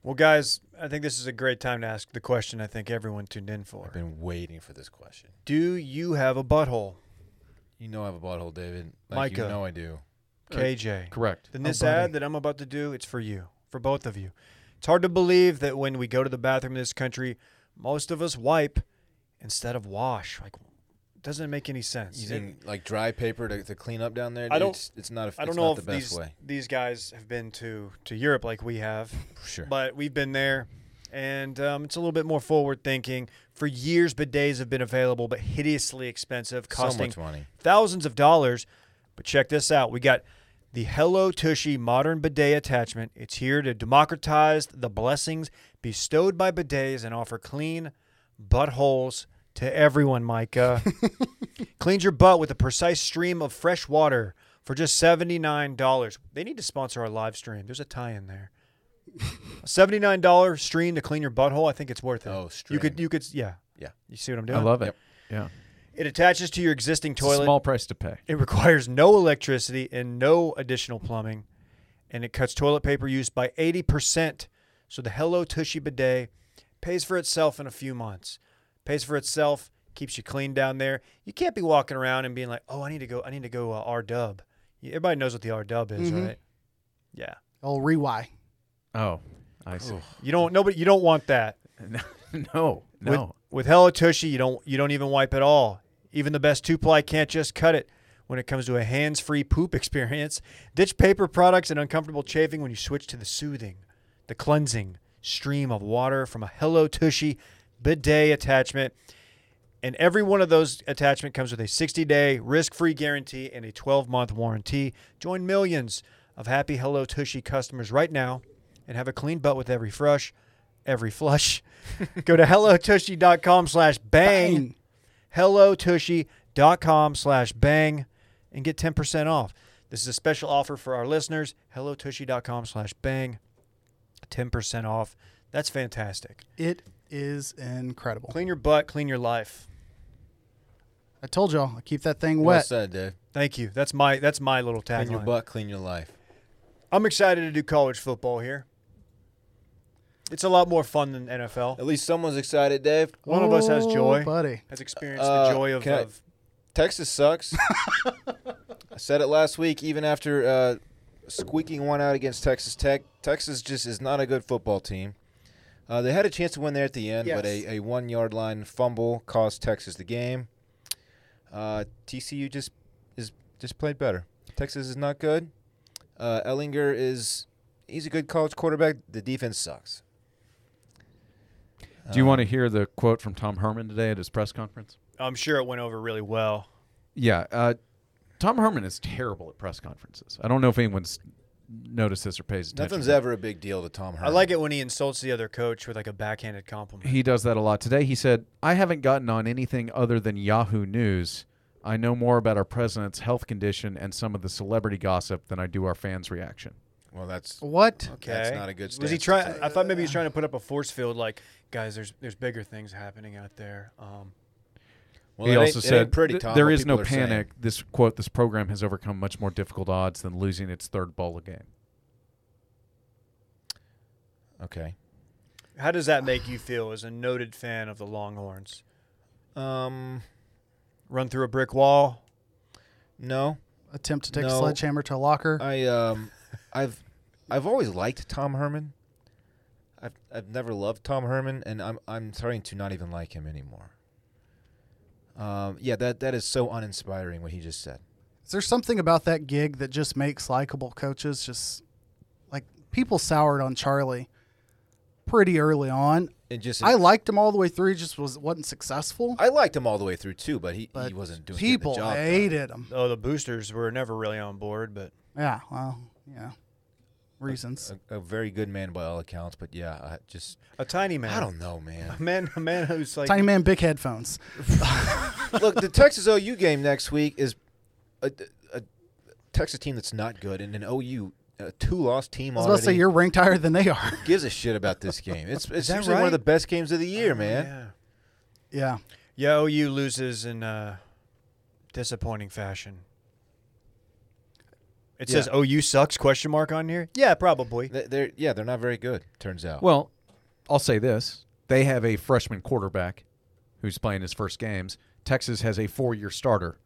Speaker 2: well, guys, I think this is a great time to ask the question. I think everyone tuned in for.
Speaker 3: I've been waiting for this question.
Speaker 2: Do you have a butthole,
Speaker 3: You know I have a butthole, David. Like
Speaker 2: Micah.
Speaker 3: you know I do.
Speaker 2: KJ?
Speaker 5: Correct.
Speaker 3: Oh,
Speaker 2: Then this
Speaker 4: buddy.
Speaker 2: ad that I'm about to do, it's for you, for both of you. It's hard to believe that when we go to the bathroom in this country, most of us wipe instead of wash. Like, doesn't it make any sense? It-
Speaker 3: Using like dry paper to, to clean up down there.
Speaker 2: I don't-
Speaker 3: It's, it's not. A,
Speaker 2: I don't
Speaker 3: it's
Speaker 2: know
Speaker 3: not
Speaker 2: if
Speaker 3: the best
Speaker 2: these
Speaker 3: way.
Speaker 2: these guys have been to to Europe like we have,
Speaker 3: Sure.
Speaker 2: but we've been there, and um, it's a little bit more forward thinking. For years, bidets have been available, but hideously expensive,
Speaker 3: so
Speaker 2: costing
Speaker 3: much money.
Speaker 2: thousands of dollars. But check this out: we got The Hello Tushy Modern Bidet Attachment. It's here to democratize the blessings bestowed by bidets and offer clean buttholes to everyone, Micah. Cleans your butt with a precise stream of fresh water for just $79. They need to sponsor our live stream. There's a tie in there. A $79 stream to clean your butthole. I think it's worth it.
Speaker 3: Oh,
Speaker 2: You could,
Speaker 3: stream.
Speaker 2: you could, yeah.
Speaker 3: Yeah.
Speaker 2: You see what I'm doing?
Speaker 5: I love it. Yeah.
Speaker 2: It attaches to your existing
Speaker 5: It's a
Speaker 2: toilet.
Speaker 5: small price to pay.
Speaker 2: It requires no electricity and no additional plumbing, and it cuts toilet paper use by 80%. So the Hello Tushy bidet pays for itself in a few months. Pays for itself, keeps you clean down there. You can't be walking around and being like, "Oh, I need to go. I need to go uh, R Dub." Everybody knows what the R Dub is,
Speaker 4: Mhm.
Speaker 2: right? Yeah.
Speaker 4: Oh, rewy.
Speaker 5: Oh, I see.
Speaker 2: You don't. Nobody. You don't want that.
Speaker 5: no,
Speaker 2: With-
Speaker 5: no.
Speaker 2: With, Hello Tushy, you don't you don't even wipe at all. Even the best two ply can't just cut it when it comes to a hands-free poop experience. Ditch paper products and uncomfortable chafing when you switch to the soothing, the cleansing stream of water from a Hello Tushy bidet attachment. And every one of those attachment comes with a 60-day risk-free guarantee and a 12-month warranty. Join millions of happy Hello Tushy customers right now and have a clean butt with every fresh, every flush. Go to hellotushy.com slash bang,
Speaker 4: Bang.
Speaker 2: hellotushy.com slash bang, and get 10% off. This is a special offer for our listeners, hellotushy.com slash bang, 10% off. That's fantastic.
Speaker 4: It is incredible.
Speaker 2: Clean your butt, clean your life.
Speaker 4: I told y'all, I keep that thing
Speaker 3: Well
Speaker 4: wet.
Speaker 3: said, Dave.
Speaker 2: Thank you. That's my that's my little
Speaker 3: Clean your
Speaker 2: tagline.
Speaker 3: butt, clean your life.
Speaker 2: I'm excited to do college football here. It's a lot more fun than NFL.
Speaker 3: At least someone's excited, Dave.
Speaker 2: One of us has
Speaker 4: Oh,
Speaker 2: joy,
Speaker 4: buddy.
Speaker 2: has experienced the
Speaker 3: Uh,
Speaker 2: joy of,
Speaker 3: can I-
Speaker 2: of
Speaker 3: Texas sucks. I said it last week, even after uh, squeaking one out against Texas Tech. Texas just is not a good football team. Uh, they had a chance to win there at the end, but
Speaker 4: Yes.
Speaker 3: a, a one yard line fumble cost Texas the game. Uh, TCU just is just played better. Texas is not good. Uh, Ellinger is he's a good college quarterback. The defense sucks.
Speaker 5: Do you want to hear the quote from Tom Herman today at his press conference?
Speaker 2: I'm sure it went over really well.
Speaker 5: Yeah. Uh, Tom Herman is terrible at press conferences. I don't know if anyone's noticed this or pays attention.
Speaker 3: Nothing's ever a big deal to Tom
Speaker 2: I
Speaker 3: Herman.
Speaker 2: like it when he insults the other coach with like a backhanded compliment.
Speaker 5: He does that a lot today. He said, I haven't gotten on anything other than Yahoo News. I know more about our president's health condition and some of the celebrity gossip than I do our fans' reaction.
Speaker 3: Well, that's
Speaker 4: What?
Speaker 2: Okay,
Speaker 3: That's not a good
Speaker 2: Was he
Speaker 3: stance to
Speaker 2: trying? I thought maybe he was trying to put up a force field, like guys, there's there's bigger things happening out there. Um,
Speaker 3: well,
Speaker 5: he
Speaker 3: it ain't-
Speaker 5: also
Speaker 3: it ain't
Speaker 5: said,
Speaker 3: pretty,
Speaker 5: "Th-
Speaker 3: Tom,
Speaker 5: There
Speaker 3: what
Speaker 5: is no
Speaker 3: people are saying."
Speaker 5: panic. This quote, this program has overcome much more difficult odds than losing its third bowl game.
Speaker 3: Okay.
Speaker 2: how does that make you feel as a noted fan of the Longhorns?
Speaker 3: Um,
Speaker 2: Run through a brick wall.
Speaker 3: no,
Speaker 4: Attempt to take a
Speaker 3: No.
Speaker 4: sledgehammer to a locker.
Speaker 3: I um, I've I've always liked Tom Herman. I've I've never loved Tom Herman, and I'm I'm starting to not even like him anymore. Um, yeah, that that is so uninspiring what he just said.
Speaker 4: Is there something about that gig that just makes likable coaches just like people soured on Charlie pretty early on?
Speaker 3: It just
Speaker 4: I liked him all the way through, he just was wasn't successful.
Speaker 3: I liked him all the way through too, but he,
Speaker 4: But
Speaker 3: he wasn't doing getting
Speaker 4: people
Speaker 3: the job. done.
Speaker 4: hated him.
Speaker 2: Oh, the boosters were never really on board, but
Speaker 4: Yeah, well, yeah. Reasons.
Speaker 3: A, a very good man by all accounts, but yeah, I just
Speaker 2: a tiny man.
Speaker 3: I don't know, man.
Speaker 2: A man, a man who's
Speaker 3: uh,
Speaker 2: like
Speaker 4: Tiny man, big headphones.
Speaker 3: Look, the Texas OU game next week is a, a Texas team that's not good and an OU a two-loss team
Speaker 4: I was
Speaker 3: already.
Speaker 4: about to say you're ranked higher than they are.
Speaker 3: gives a shit about this game? It's it's
Speaker 2: that
Speaker 3: usually one
Speaker 2: right?
Speaker 3: of the best games of the
Speaker 5: Oh,
Speaker 3: year, man.
Speaker 2: Yeah.
Speaker 4: yeah.
Speaker 2: Yeah, OU loses in uh, disappointing fashion. It says OU sucks question mark on here. Yeah, probably.
Speaker 3: They- They're yeah, they're not very good. Turns out.
Speaker 5: Well, I'll say this: they have a freshman quarterback who's playing his first games. Texas has a four-year starter,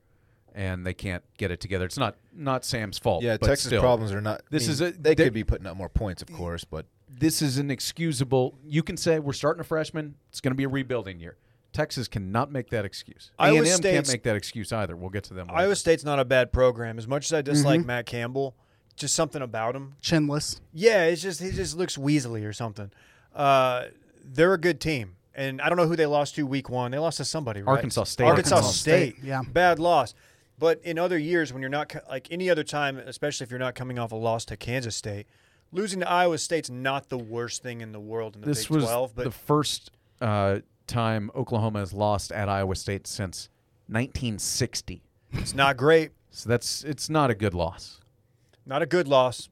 Speaker 5: and they can't get it together. It's not not Sam's fault.
Speaker 3: yeah,
Speaker 5: but
Speaker 3: Texas
Speaker 5: still,
Speaker 3: problems are not. I
Speaker 5: This
Speaker 3: mean,
Speaker 5: is a-
Speaker 3: they
Speaker 5: they-
Speaker 3: could be putting up more points, of course, but
Speaker 5: This is an excusable. You can say we're starting a freshman. It's going to be a rebuilding year. Texas cannot make that excuse.
Speaker 2: Iowa
Speaker 5: A&M can't
Speaker 2: State's-
Speaker 5: make that excuse either. We'll get to them. later.
Speaker 2: Iowa State's not a bad program. As much as I dislike Matt Campbell, just something about him.
Speaker 4: Chinless.
Speaker 2: Yeah, it's just he just looks weaselly or something. Uh, they're a good team, and I don't know who they lost to week one. They lost to somebody. Right?
Speaker 5: Arkansas State.
Speaker 2: Arkansas,
Speaker 4: Arkansas
Speaker 2: State.
Speaker 4: State, yeah.
Speaker 2: bad loss. But in other years, when you're not co- like any other time, especially if you're not coming off a loss to Kansas State, losing to Iowa State's not the worst thing in the world in the
Speaker 5: this
Speaker 2: Big
Speaker 5: was
Speaker 2: 12. But
Speaker 5: the first uh, time Oklahoma has lost at Iowa State since 1960.
Speaker 2: it's not great.
Speaker 5: So that's it's not a good loss.
Speaker 2: Not a good loss.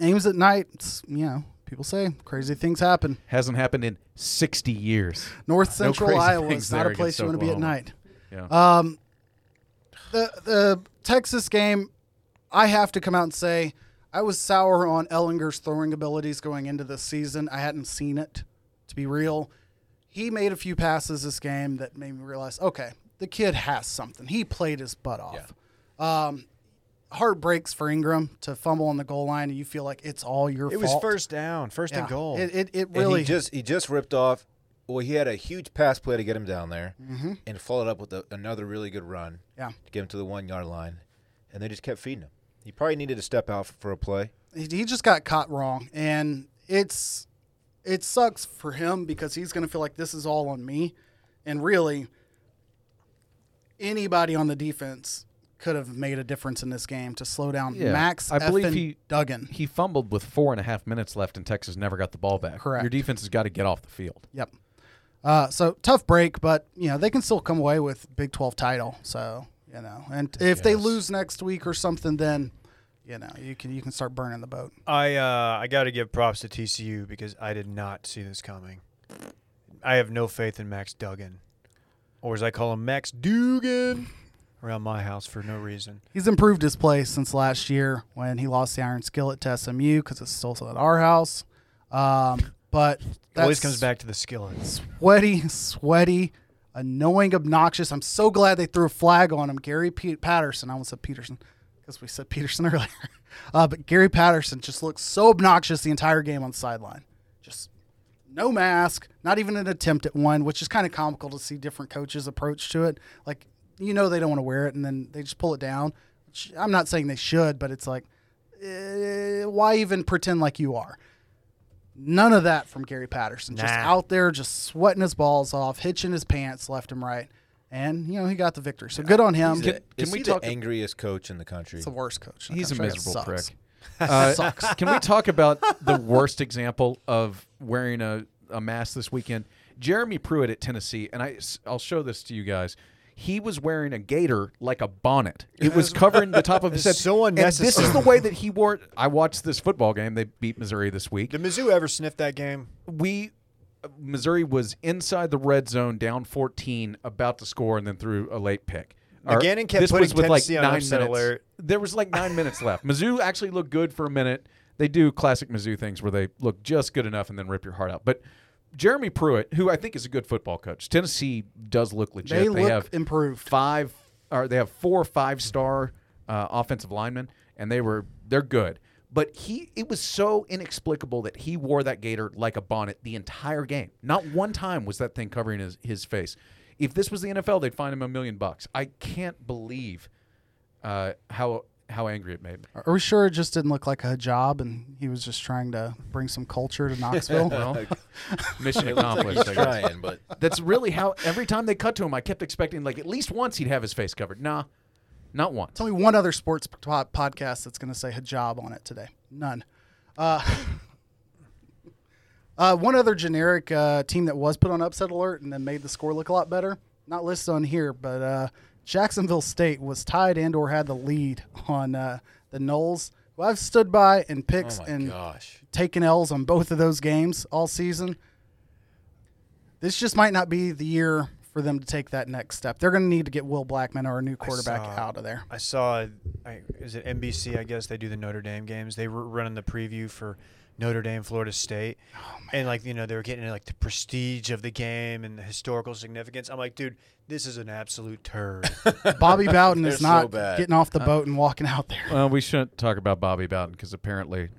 Speaker 4: Ames at night, it's, you know, people say crazy things happen.
Speaker 5: Hasn't happened in 60 years.
Speaker 4: North Central
Speaker 5: crazy
Speaker 4: Iowa
Speaker 5: things
Speaker 4: is not
Speaker 5: there
Speaker 4: a place
Speaker 5: against
Speaker 4: you want to be at
Speaker 5: Oklahoma.
Speaker 4: night.
Speaker 5: Yeah.
Speaker 4: Um, the the Texas game, I have to come out and say I was sour on Ellinger's throwing abilities going into this season. I hadn't seen it, to be real. He made a few passes this game that made me realize, okay, the kid has something. He played his butt off. Um, heart breaks for Ingram to fumble on the goal line, and you feel like it's all your
Speaker 2: It
Speaker 4: fault.
Speaker 2: was first down, first
Speaker 4: Yeah.
Speaker 2: and goal.
Speaker 4: It it, it
Speaker 3: And
Speaker 4: really
Speaker 3: he just he just ripped off. Well, he had a huge pass play to get him down there,
Speaker 5: Mm-hmm.
Speaker 3: and followed up with a, another really good run
Speaker 4: yeah.
Speaker 3: to get him to the one yard line, and they just kept feeding him. He probably needed to step out for, for a play.
Speaker 4: he he just got caught wrong and it's it sucks for him because he's going to feel like this is all on me and really anybody on the defense could have made a difference in this game to slow down
Speaker 5: Yeah.
Speaker 4: max
Speaker 5: I believe
Speaker 4: effing
Speaker 5: he-
Speaker 4: duggan
Speaker 5: He fumbled with four and a half minutes left, and Texas never got the ball back.
Speaker 4: Correct.
Speaker 5: Your defense has got to get off the field.
Speaker 4: yep uh, so tough break but you know they can still come away with big 12 title so you know and if they lose next week or something then you know you can you can start burning the boat
Speaker 2: I uh, I got to give props to TCU because I did not see this coming. I have no faith in Max Duggan, or as I call him, Max Dugan, around my house for no reason.
Speaker 4: He's improved his play since last year when he lost the iron skillet to SMU because it's still at our house. Um, but
Speaker 2: It always
Speaker 4: that's
Speaker 2: comes back to the skillet.
Speaker 4: sweaty, sweaty, annoying, obnoxious. I'm so glad they threw a flag on him. Gary Pe- Patterson, I almost said Peterson because we said Peterson earlier. Uh, but Gary Patterson just looked so obnoxious the entire game on the sideline. Just no mask, not even an attempt at one, which is kind of comical to see different coaches approach to it. Like you know they don't want to wear it, and then they just pull it down. Which I'm not saying they should, but it's like, eh, why even pretend like you are? None of that from Gary Patterson. Just
Speaker 2: Nah.
Speaker 4: out there, just sweating his balls off, hitching his pants left and right, and you know he got the victory. So good on him.
Speaker 3: Is it-
Speaker 5: can
Speaker 3: is
Speaker 5: we
Speaker 3: he
Speaker 5: talk-
Speaker 3: the angriest coach in the country?
Speaker 4: It's the worst coach. in the
Speaker 5: He's a
Speaker 4: country. That
Speaker 5: miserable
Speaker 4: sucks.
Speaker 5: prick. Uh, Can we talk about the worst example of wearing a, a mask this weekend? Jeremy Pruitt at Tennessee, and I, will show this to you guys. He was wearing a gator like a bonnet. It was covering the top of his head.
Speaker 2: It's so
Speaker 5: And this is the
Speaker 2: unnecessary.
Speaker 5: way that he wore it. I watched this football game. They beat Missouri this week.
Speaker 2: Did Mizzou ever sniff that game?
Speaker 5: we Missouri was inside the red zone, down 14, about to score, and then threw a late pick. Or-
Speaker 2: Gannon kept
Speaker 5: this
Speaker 2: putting
Speaker 5: was with like
Speaker 2: Tennessee on
Speaker 5: nine
Speaker 2: upset
Speaker 5: minutes.
Speaker 2: alert.
Speaker 5: There was like nine minutes left. Mizzou actually looked good for a minute. They do classic Mizzou things where they look just good enough and then rip your heart out. But Jeremy Pruitt, who I think is a good football coach, Tennessee does look legit.
Speaker 4: They look
Speaker 5: have
Speaker 4: improved.
Speaker 5: five or they have four five star uh, offensive linemen, and they were they're good. But he, it was so inexplicable that he wore that gator like a bonnet the entire game. Not one time was that thing covering his, his face. If this was the NFL, they'd find him a million bucks. I can't believe uh, how how angry it made me.
Speaker 4: Are we sure it just didn't look like a job and he was just trying to bring some culture to Knoxville?
Speaker 5: Well, mission
Speaker 3: He's
Speaker 5: accomplished. I guess.
Speaker 3: trying, but
Speaker 5: That's really how every time they cut to him, I kept expecting like at least once he'd have his face covered. Nah, not once.
Speaker 4: Tell me one other sports po- podcast that's going to say hijab on it today. None. Uh, uh, one other generic uh, team that was put on upset alert and then made the score look a lot better. Not listed on here, but uh, Jacksonville State was tied and or had the lead on uh, the Knowles, who I've stood by in picks
Speaker 3: oh my
Speaker 4: and
Speaker 3: gosh,
Speaker 4: taken L's on both of those games all season. This just might not be the year for them to take that next step. They're going to need to get Will Blackman or a new quarterback
Speaker 2: saw-
Speaker 4: out of there.
Speaker 2: I saw, I, is it NBC? I guess they do the Notre Dame games. They were running the preview for Notre Dame, Florida State, and like you know they were getting into like the prestige of the game and the historical significance. I'm like, dude, this is an absolute turd.
Speaker 4: Bobby Bowden is
Speaker 3: They're so
Speaker 4: not
Speaker 3: bad.
Speaker 4: getting off the
Speaker 5: Uh,
Speaker 4: boat and walking out there.
Speaker 5: Well, we shouldn't talk about Bobby Bowden because apparently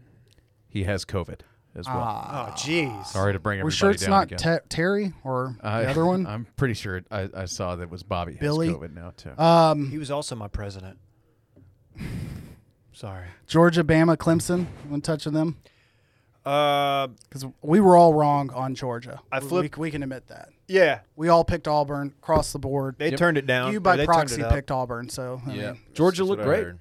Speaker 5: he has COVID as well.
Speaker 2: oh, jeez.
Speaker 5: Sorry to bring everybody
Speaker 4: Ah. We're sure it's
Speaker 5: down
Speaker 4: not
Speaker 5: again. Uh,
Speaker 4: Te- Terry or
Speaker 5: I-
Speaker 4: the other one.
Speaker 5: I'm pretty sure I, I saw that was Bobby
Speaker 4: Billy?
Speaker 5: has COVID now too.
Speaker 4: Um,
Speaker 2: He was also my president. Sorry.
Speaker 4: Georgia, Bama, Clemson. You want to touch on them?
Speaker 2: Uh,
Speaker 4: because we were all wrong on Georgia.
Speaker 2: I
Speaker 4: We-
Speaker 2: flipped-
Speaker 4: We, can admit that.
Speaker 2: yeah,
Speaker 4: We all picked Auburn across the board.
Speaker 2: they turned it down.
Speaker 4: you
Speaker 2: or they
Speaker 4: by
Speaker 2: turned
Speaker 4: proxy
Speaker 2: it up.
Speaker 4: picked Auburn, so I mean,
Speaker 5: Georgia
Speaker 3: That's
Speaker 5: looked
Speaker 3: what I
Speaker 5: great.
Speaker 3: heard.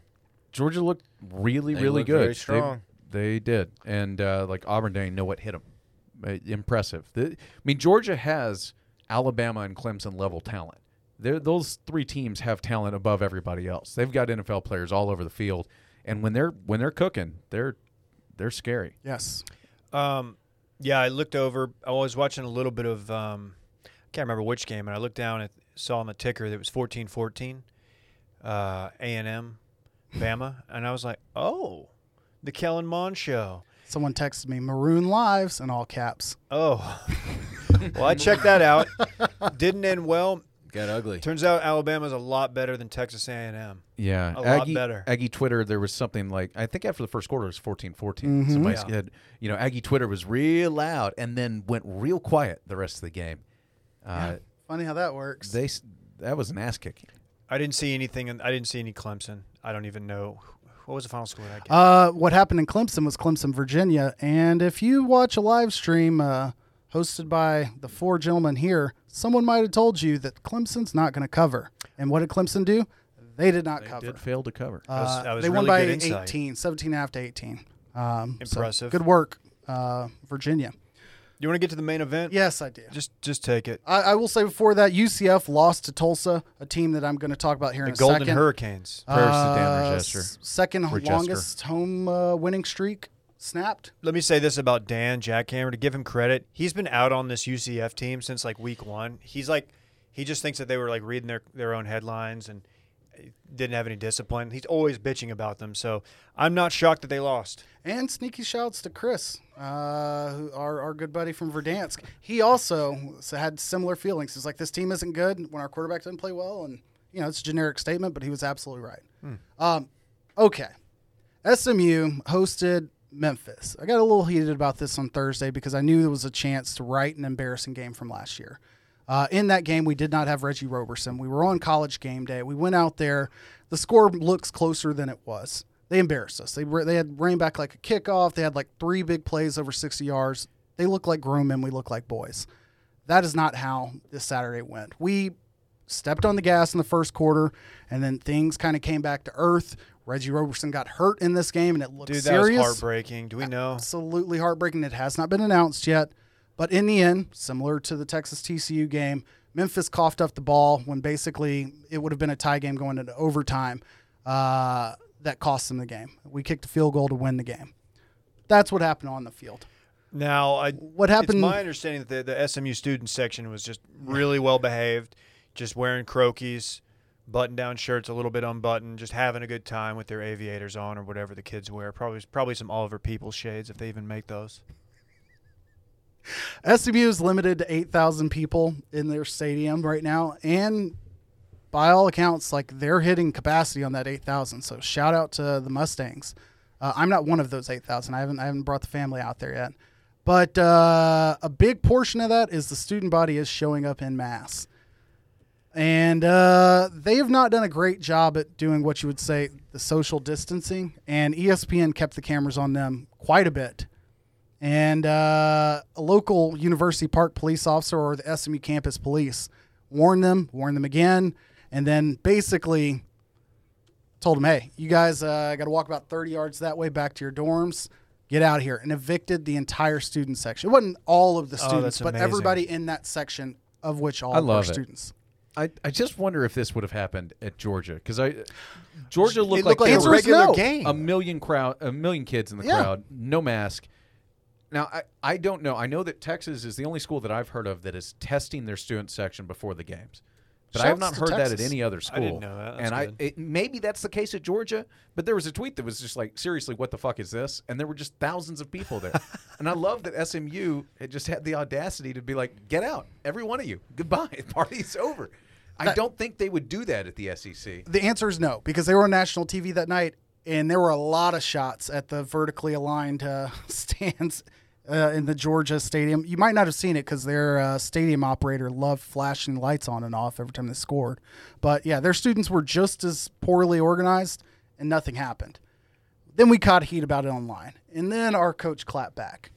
Speaker 5: Georgia looked really,
Speaker 3: They
Speaker 5: really
Speaker 3: looked
Speaker 5: good.
Speaker 3: very strong.
Speaker 5: They, they did, and uh, like Auburn didn't know what hit them. Impressive. The- I mean, Georgia has Alabama and Clemson level talent. They're, those three teams have talent above everybody else. They've got NFL players all over the field, and when they're when they're cooking, they're they're scary.
Speaker 4: yes,
Speaker 2: Um, yeah, I looked over. I was watching a little bit of. Um, I can't remember which game, and I looked down and saw on the ticker that it was 14-14, uh, A&M, Bama, and I was like, oh, the Kellen Mond show.
Speaker 4: someone texted me "Maroon Lives" in all caps.
Speaker 2: Oh, well, I checked that out. Didn't end well.
Speaker 3: Got ugly.
Speaker 2: Turns out Alabama's a lot better than Texas A&M.
Speaker 5: Yeah,
Speaker 2: A lot
Speaker 5: Aggie,
Speaker 2: better.
Speaker 5: Aggie Twitter, there was something like I think after the first quarter it was 14-14. Somebody
Speaker 2: Yeah.
Speaker 5: said, you know, Aggie Twitter was real loud and then went real quiet the rest of the game. Uh,
Speaker 4: Funny how that works.
Speaker 5: They s- that was an ass kicking.
Speaker 2: I didn't see anything. in- I didn't see any Clemson. I don't even know what was the final score of that game.
Speaker 4: Uh, what happened in Clemson was Clemson, Virginia. And if you watch a live stream uh, hosted by the four gentlemen here, someone might have told you that Clemson's not going to cover. And what did Clemson do? They did not cover.
Speaker 5: Did fail to cover.
Speaker 4: Uh,
Speaker 2: was- that was
Speaker 4: they won
Speaker 2: really
Speaker 4: by
Speaker 2: good insight.
Speaker 4: 18, 17 and a half to 18. Um, so
Speaker 2: Impressive.
Speaker 4: good work, uh, Virginia.
Speaker 2: you want to get to the main event?
Speaker 4: Yes, I do.
Speaker 2: Just, just take it.
Speaker 4: I, I will say before that, UCF lost to Tulsa, a team that I'm going to talk about here
Speaker 2: The
Speaker 4: in a
Speaker 2: Golden
Speaker 4: second.
Speaker 2: Hurricanes.
Speaker 5: Prayers to Dan
Speaker 4: Uh,
Speaker 5: Register.
Speaker 4: s- Second
Speaker 5: Register.
Speaker 4: longest home uh, winning streak snapped.
Speaker 2: Let me say this about Dan Jackhammer to give him credit. He's been out on this UCF team since like week one. He's like, he just thinks that they were like reading their, their own headlines and uh, didn't have any discipline. He's always bitching about them. So I'm not shocked that they lost.
Speaker 4: And sneaky shouts to Chris, uh, who, our, our good buddy from Verdansk. He also s- had similar feelings. He's like, this team isn't good when our quarterback doesn't play well. And, you know, it's a generic statement, but he was absolutely right. Um, okay. SMU hosted Memphis. I got a little heated about this on Thursday because I knew there was a chance to write an embarrassing game from last year. Uh, in that game, we did not have Reggie Roberson. We were on college game day. We went out there. The score looks closer than it was. They embarrassed us. They, ra- they had ran back like a kickoff. They had like three big plays over 60 yards. They look like grown men. We look like boys. That is not how this Saturday went. We stepped on the gas in the first quarter, and then things kind of came back to earth. Reggie Roberson got hurt in this game, and it looked
Speaker 2: Dude, that
Speaker 4: serious.
Speaker 2: was heartbreaking. Do we know?
Speaker 4: Absolutely heartbreaking. It has not been announced yet, but in the end, similar to the Texas TCU game, Memphis coughed up the ball when basically it would have been a tie game going into overtime. Uh, that cost them the game. We kicked a field goal to win the game. That's what happened on the field.
Speaker 2: Now, I,
Speaker 4: What happened?
Speaker 2: It's my understanding that the, the SMU student section was just really well behaved, just wearing croquis, button down shirts, a little bit unbuttoned, just having a good time with their aviators on or whatever the kids wear. Probably probably some Oliver People shades if they even make those.
Speaker 4: SMU is limited to 8,000 people in their stadium right now. And by all accounts, like they're hitting capacity on that 8,000. So shout out to the Mustangs. Uh, I'm not one of those 8,000. I haven't, I haven't brought the family out there yet. But uh, a big portion of that is the student body is showing up in mass. And uh, they have not done a great job at doing what you would say the social distancing. And E ESPN kept the cameras on them quite a bit and uh, a local University Park police officer or the SMU campus police warned them, warned them again, and then basically told them, "Hey, you guys uh, got to walk about 30 yards that way back to your dorms. Get out of here!" And evicted the entire student section. It wasn't all of the students,
Speaker 2: that's
Speaker 4: but
Speaker 2: amazing.
Speaker 4: everybody in that section, of which all
Speaker 5: Oh, I
Speaker 4: were
Speaker 5: love it.
Speaker 4: students.
Speaker 5: I, I just wonder if this would have happened at Georgia because I Georgia looked,
Speaker 2: looked
Speaker 5: like,
Speaker 2: like
Speaker 5: they
Speaker 2: a
Speaker 5: were
Speaker 2: regular game.
Speaker 5: A million crowd, a million kids in the
Speaker 4: Yeah.
Speaker 5: crowd, no mask. Now I, I don't know. I know that Texas is the only school that I've heard of that is testing their student section before the games, but I have not
Speaker 4: Shouts to
Speaker 5: heard that at
Speaker 4: Texas.
Speaker 5: any other school.
Speaker 2: didn't know that. That's
Speaker 5: and I
Speaker 2: good.
Speaker 5: it, maybe that's the case at Georgia, but there was a tweet that was just like, seriously, what the fuck is this? And there were just thousands of people there, and I love that SMU had just had the audacity to be like, get out, every one of you, goodbye, party's over. I don't think they would do that at the E SEC.
Speaker 4: The answer is no, because they were on national TV that night, and there were a lot of shots at the vertically aligned uh, stands uh, in the Georgia stadium. You might not have seen it because their uh, stadium operator loved flashing lights on and off every time they scored. But yeah, their students were just as poorly organized, and nothing happened. Then we caught heat about it online, and then our coach clapped back.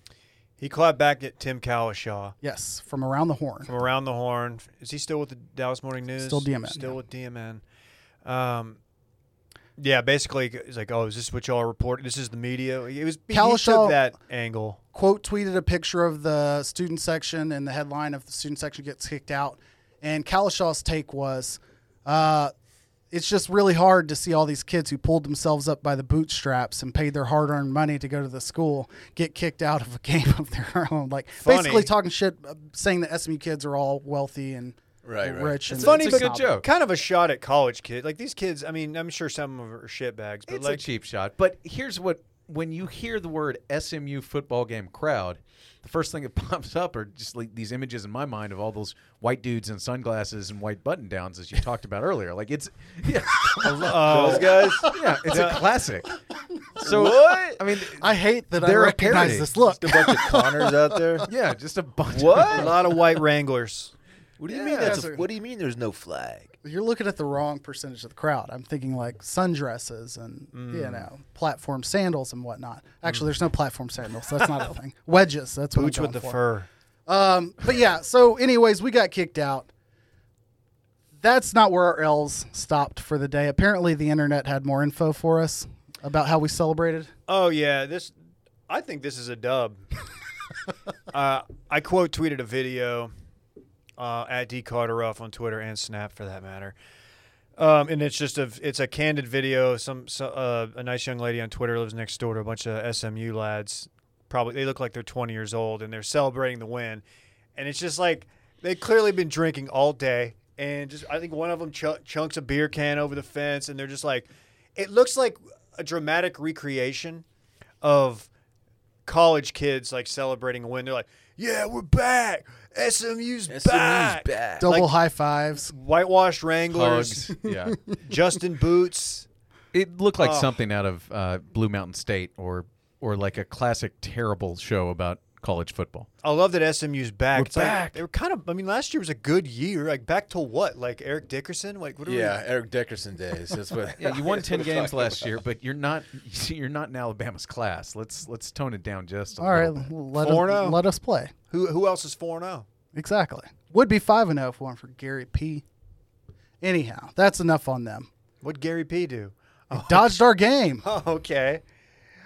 Speaker 2: He clapped back at Tim Cowlishaw
Speaker 4: Yes, from around the horn.
Speaker 2: from around the horn. Is he still with the Dallas Morning News?
Speaker 4: Still DMN,
Speaker 2: Still
Speaker 4: yeah.
Speaker 2: with DMN. Um, yeah, basically, he's like, "Oh, is this what y'all reported? This is the media." It was he took
Speaker 4: Cowlishaw-
Speaker 2: that angle.
Speaker 4: quote tweeted a picture of the student section and the headline of the student section gets kicked out. And Calishaw's take was, uh, it's just really hard to see all these kids who pulled themselves up by the bootstraps and paid their hard earned money to go to the school get kicked out of a game of their own. Like
Speaker 2: Funny.
Speaker 4: basically talking shit, uh, saying that SMU kids are all wealthy and
Speaker 5: Right, right.
Speaker 4: rich. and
Speaker 5: It's
Speaker 2: Funny,
Speaker 5: a
Speaker 2: but
Speaker 5: good joke.
Speaker 2: Kind of a shot at college kids. Like these kids. I mean, I'm sure some of them are shit bags, but
Speaker 5: It's
Speaker 2: like
Speaker 5: a cheap shot. But here's what when you hear the word SMU football game crowd, the first thing that pops up are just like these images in my mind of all those white dudes in sunglasses and white button downs as you talked about earlier. Like it's yeah,
Speaker 2: those guys.
Speaker 5: yeah it's a classic. So
Speaker 2: What?
Speaker 5: I mean
Speaker 4: I hate that I
Speaker 5: They're a
Speaker 4: recognize
Speaker 5: parody.
Speaker 4: this look.
Speaker 3: Just a bunch of Connors out there.
Speaker 5: yeah, just a bunch
Speaker 2: A
Speaker 5: of
Speaker 2: lot of white Wranglers.
Speaker 3: What do you mean?
Speaker 4: that's
Speaker 3: That's a,
Speaker 4: a-
Speaker 3: what do you mean? There's no flag.
Speaker 4: You're looking at the wrong percentage of the crowd. I'm thinking like sundresses and
Speaker 2: Mm.
Speaker 4: you know platform sandals and whatnot. Actually, there's no platform sandals. That's not a thing. Wedges. That's what
Speaker 2: Boots
Speaker 4: I'm
Speaker 2: with the
Speaker 4: going for.
Speaker 2: fur.
Speaker 4: Um, but yeah. So, anyways, we got kicked out. That's not where our L's stopped for the day. Apparently, the internet had more info for us about how we celebrated.
Speaker 2: Oh yeah, this. I think this is a dub. uh, I quote tweeted a video uh, at D Carteruff on Twitter and Snap for that matter, um, and it's just a it's a candid video. Some, so uh, a nice young lady on Twitter lives next door to a bunch of SMU lads. Probably they look like they're 20 years old and they're celebrating the win, and it's just like they clearly been drinking all day and just I think one of them ch- chunks a beer can over the fence and they're just like, it looks like a dramatic recreation of college kids like celebrating a win. They're like, "Yeah, we're back. SMU's,
Speaker 3: SMU's
Speaker 2: back.
Speaker 3: back.
Speaker 4: Double
Speaker 2: Like-
Speaker 4: high fives.
Speaker 2: Whitewashed Wranglers.
Speaker 5: hugs. Yeah.
Speaker 2: Justin Boots.
Speaker 5: It looked like
Speaker 2: Oh.
Speaker 5: something out of uh, Blue Mountain State or or like a classic terrible show about college football.
Speaker 2: I love that SMU's back.
Speaker 5: We're
Speaker 2: It's like-
Speaker 5: back.
Speaker 2: they were kind of. I mean, last year was a good year. Like back to what? Like Eric Dickerson. Like what? Are
Speaker 3: Yeah, Eric Dickerson days. That's what.
Speaker 5: Yeah, you won ten games last year, but you're not you're not in Alabama's class. Let's let's tone it down just a
Speaker 4: All
Speaker 5: little
Speaker 4: right,
Speaker 5: bit.
Speaker 4: let
Speaker 2: 4-0.
Speaker 4: us, let us play.
Speaker 2: We, who who else is four oh? four zero?
Speaker 4: Exactly. Would be five and zero if it weren't for Gary P. Anyhow, that's enough on them.
Speaker 2: What Gary P do? Oh,
Speaker 4: Dodged our game.
Speaker 2: oh, okay.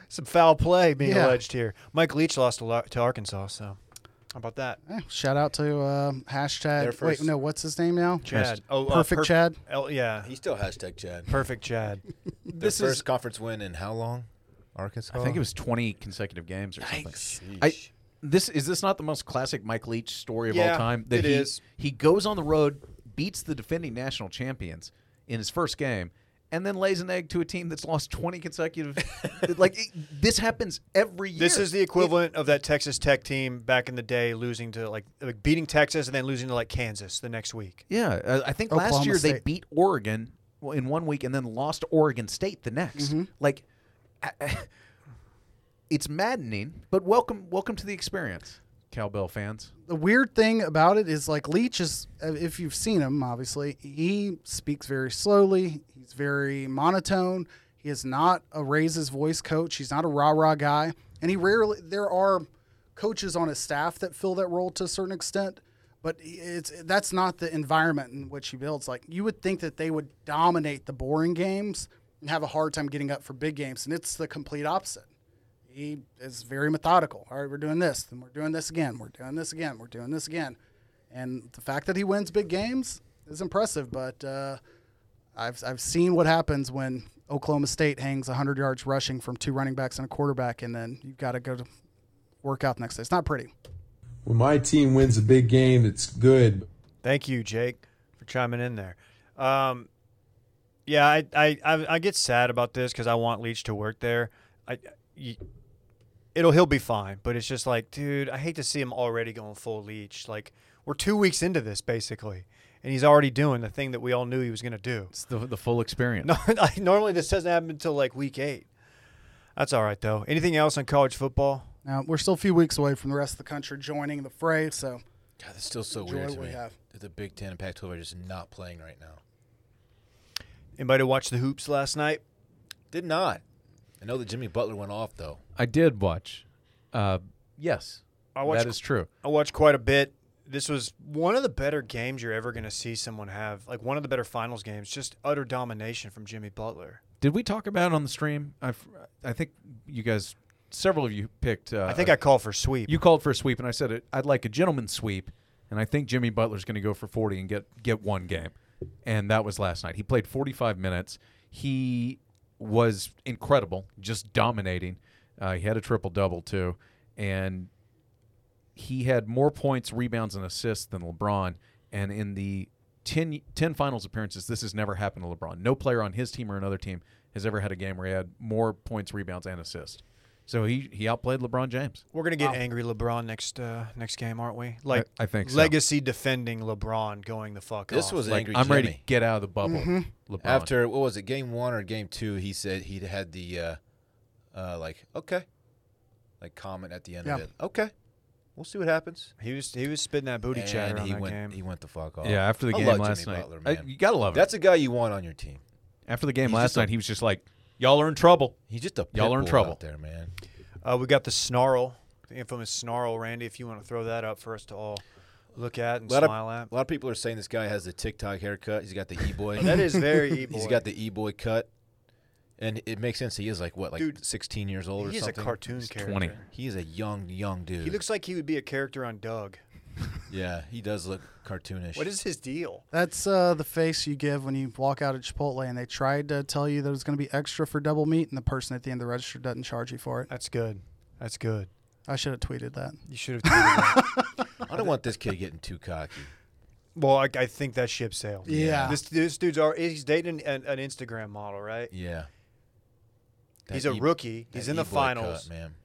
Speaker 2: Some foul play being
Speaker 4: Yeah.
Speaker 2: alleged here. Mike Leach lost to, Lo- to Arkansas. So how about that?
Speaker 4: Eh, Shout out to uh, hashtag. Wait,
Speaker 3: first-
Speaker 4: no, what's his name now?
Speaker 2: Chad. Oh, uh,
Speaker 4: Perfect
Speaker 2: Perf-
Speaker 4: Chad.
Speaker 2: El- yeah.
Speaker 3: He's still hashtag Chad.
Speaker 2: Perfect Chad.
Speaker 3: Their
Speaker 5: This
Speaker 3: first
Speaker 5: is
Speaker 3: conference win in how long? Arkansas.
Speaker 5: I think it was twenty consecutive games or something.
Speaker 3: Sheesh.
Speaker 5: I, this is this not the most classic Mike Leach story of
Speaker 2: Yeah,
Speaker 5: all time?
Speaker 2: it
Speaker 5: That he
Speaker 2: is.
Speaker 5: he goes on the road, beats the defending national champions in his first game, and then lays an egg to a team that's lost twenty consecutive. like it- this happens every year.
Speaker 2: This is the equivalent of that Texas Tech team back in the day losing to like, like beating Texas and then losing to like Kansas the next week.
Speaker 5: Yeah, uh, I think
Speaker 4: Oklahoma
Speaker 5: last year they
Speaker 4: State.
Speaker 5: beat Oregon well, in one week and then lost to Oregon State the next.
Speaker 2: Mm-hmm.
Speaker 5: Like, it's maddening, but welcome, welcome to the experience, cowbell fans.
Speaker 4: The weird thing about it is like Leach is, uh, if you've seen him, obviously he speaks very slowly. He's very monotone. He is not a raise his voice coach. He's not a rah rah guy, and he rarely. There are coaches on his staff that fill that role to a certain extent, but it's that's not the environment in which he builds. Like you would think that they would dominate the boring games and have a hard time getting up for big games, and it's the complete opposite. he is very methodical. All right, we're doing this, then we're doing this again, we're doing this again, we're doing this again. And the fact that he wins big games is impressive, but uh, I've, I've seen what happens when Oklahoma State hangs 100 yards rushing from two running backs and a quarterback, and then you've got to go to work out the next day. It's not pretty.
Speaker 9: when my team wins a big game that's good,
Speaker 2: Thank you, Jake, for chiming in there. Um, yeah, I, I, I, I get sad about this because I want Leach to work there. I, y- it'll he'll be fine, but it's just like, dude, I hate to see him already going full Leach. Like we're two weeks into this basically, and he's already doing the thing that we all knew he was going to do.
Speaker 5: It's the, the full experience.
Speaker 2: No, like, normally this doesn't happen until like week eight. That's all right though. Anything else on college football?
Speaker 4: Now, we're still a few weeks away from the rest of the country joining the fray, so
Speaker 3: God, that's still so
Speaker 4: Enjoy
Speaker 3: weird to
Speaker 4: what we
Speaker 3: me.
Speaker 4: have.
Speaker 3: That the Big Ten and Pac-12 are just not playing right now.
Speaker 2: Anybody watch the hoops last night?
Speaker 3: Did not. I know that Jimmy Butler went off though.
Speaker 5: I did watch. Uh, yes,
Speaker 2: I watched
Speaker 5: that is true.
Speaker 2: I watched quite a bit. This was one of the better games you're ever going to see someone have. Like one of the better finals games, just utter domination from Jimmy Butler.
Speaker 5: Did we talk about it on the stream? I I think you guys, several of you picked. Uh,
Speaker 2: I think I called for sweep.
Speaker 5: you called for a sweep, and I said it, I'd like a gentleman's sweep, and I think Jimmy Butler's going to go for 40 and get get one game, and that was last night. He played 45 minutes. He was incredible, just dominating. Uh, he had a triple double too, and he had more points, rebounds, and assists than LeBron. And in the 10, 10 finals appearances, this has never happened to LeBron. No player on his team or another team has ever had a game where he had more points, rebounds, and assists. So he, he outplayed LeBron James.
Speaker 2: We're gonna get angry LeBron next uh, next game, aren't we? Like
Speaker 5: I think so.
Speaker 2: legacy defending LeBron going the fuck.
Speaker 3: This
Speaker 2: off.
Speaker 3: was
Speaker 5: like
Speaker 3: angry
Speaker 5: I'm ready to
Speaker 3: Jimmy.
Speaker 5: get out of the bubble. LeBron.
Speaker 3: After what was it, game one or game two? He said he'd had the uh, uh, like okay, like comment at the end of
Speaker 4: Yeah.
Speaker 3: it. Okay, we'll see what happens.
Speaker 2: he was he was spitting that booty chatter
Speaker 3: and
Speaker 2: on
Speaker 3: he
Speaker 2: that
Speaker 3: went
Speaker 2: game.
Speaker 3: he went the fuck off.
Speaker 5: yeah, after the
Speaker 3: Oh. I
Speaker 5: game
Speaker 3: love
Speaker 5: last
Speaker 3: Jimmy
Speaker 5: night,
Speaker 3: Butler,
Speaker 5: I-
Speaker 3: man.
Speaker 5: you gotta love
Speaker 3: That's a guy you want on your team.
Speaker 5: it. After the game
Speaker 3: he's
Speaker 5: last
Speaker 3: just a-
Speaker 5: night, he was just like, "Y'all are in trouble."
Speaker 3: He's just a pit
Speaker 5: Y'all are in
Speaker 3: bull
Speaker 5: trouble.
Speaker 3: out there, man.
Speaker 2: Uh, we got the snarl, the infamous snarl, Randy. If you want to throw that up for us to all look at and
Speaker 3: A lot, of,
Speaker 2: smile at.
Speaker 3: a lot of people are saying this guy has the TikTok haircut. He's got the e boy.
Speaker 2: That is very evil.
Speaker 3: He's got the e boy cut, and it makes sense. He is like what, like
Speaker 2: Dude,
Speaker 3: 16 years old or
Speaker 2: He's a
Speaker 3: something.
Speaker 2: cartoon character.
Speaker 5: 20.
Speaker 3: He is a young, young dude.
Speaker 2: He looks like he would be a character on Doug.
Speaker 3: yeah, he does look cartoonish.
Speaker 2: What is his deal?
Speaker 4: That's uh, the face you give when you walk out at Chipotle and they tried to tell you that it was going to be extra for double meat and the person at the end of the register doesn't charge you for it.
Speaker 2: That's good. That's good.
Speaker 4: I should have tweeted that.
Speaker 2: You should have. tweeted that.
Speaker 3: I don't want this kid getting too cocky.
Speaker 2: well, I, I think that ship sailed.
Speaker 4: Yeah.
Speaker 2: This this dude's al- he's dating an, an Instagram model, right?
Speaker 3: Yeah.
Speaker 2: He's
Speaker 3: That
Speaker 2: a
Speaker 3: e-
Speaker 2: rookie.
Speaker 3: that
Speaker 2: He's in the
Speaker 3: e-boy cut,
Speaker 2: finals.
Speaker 3: man.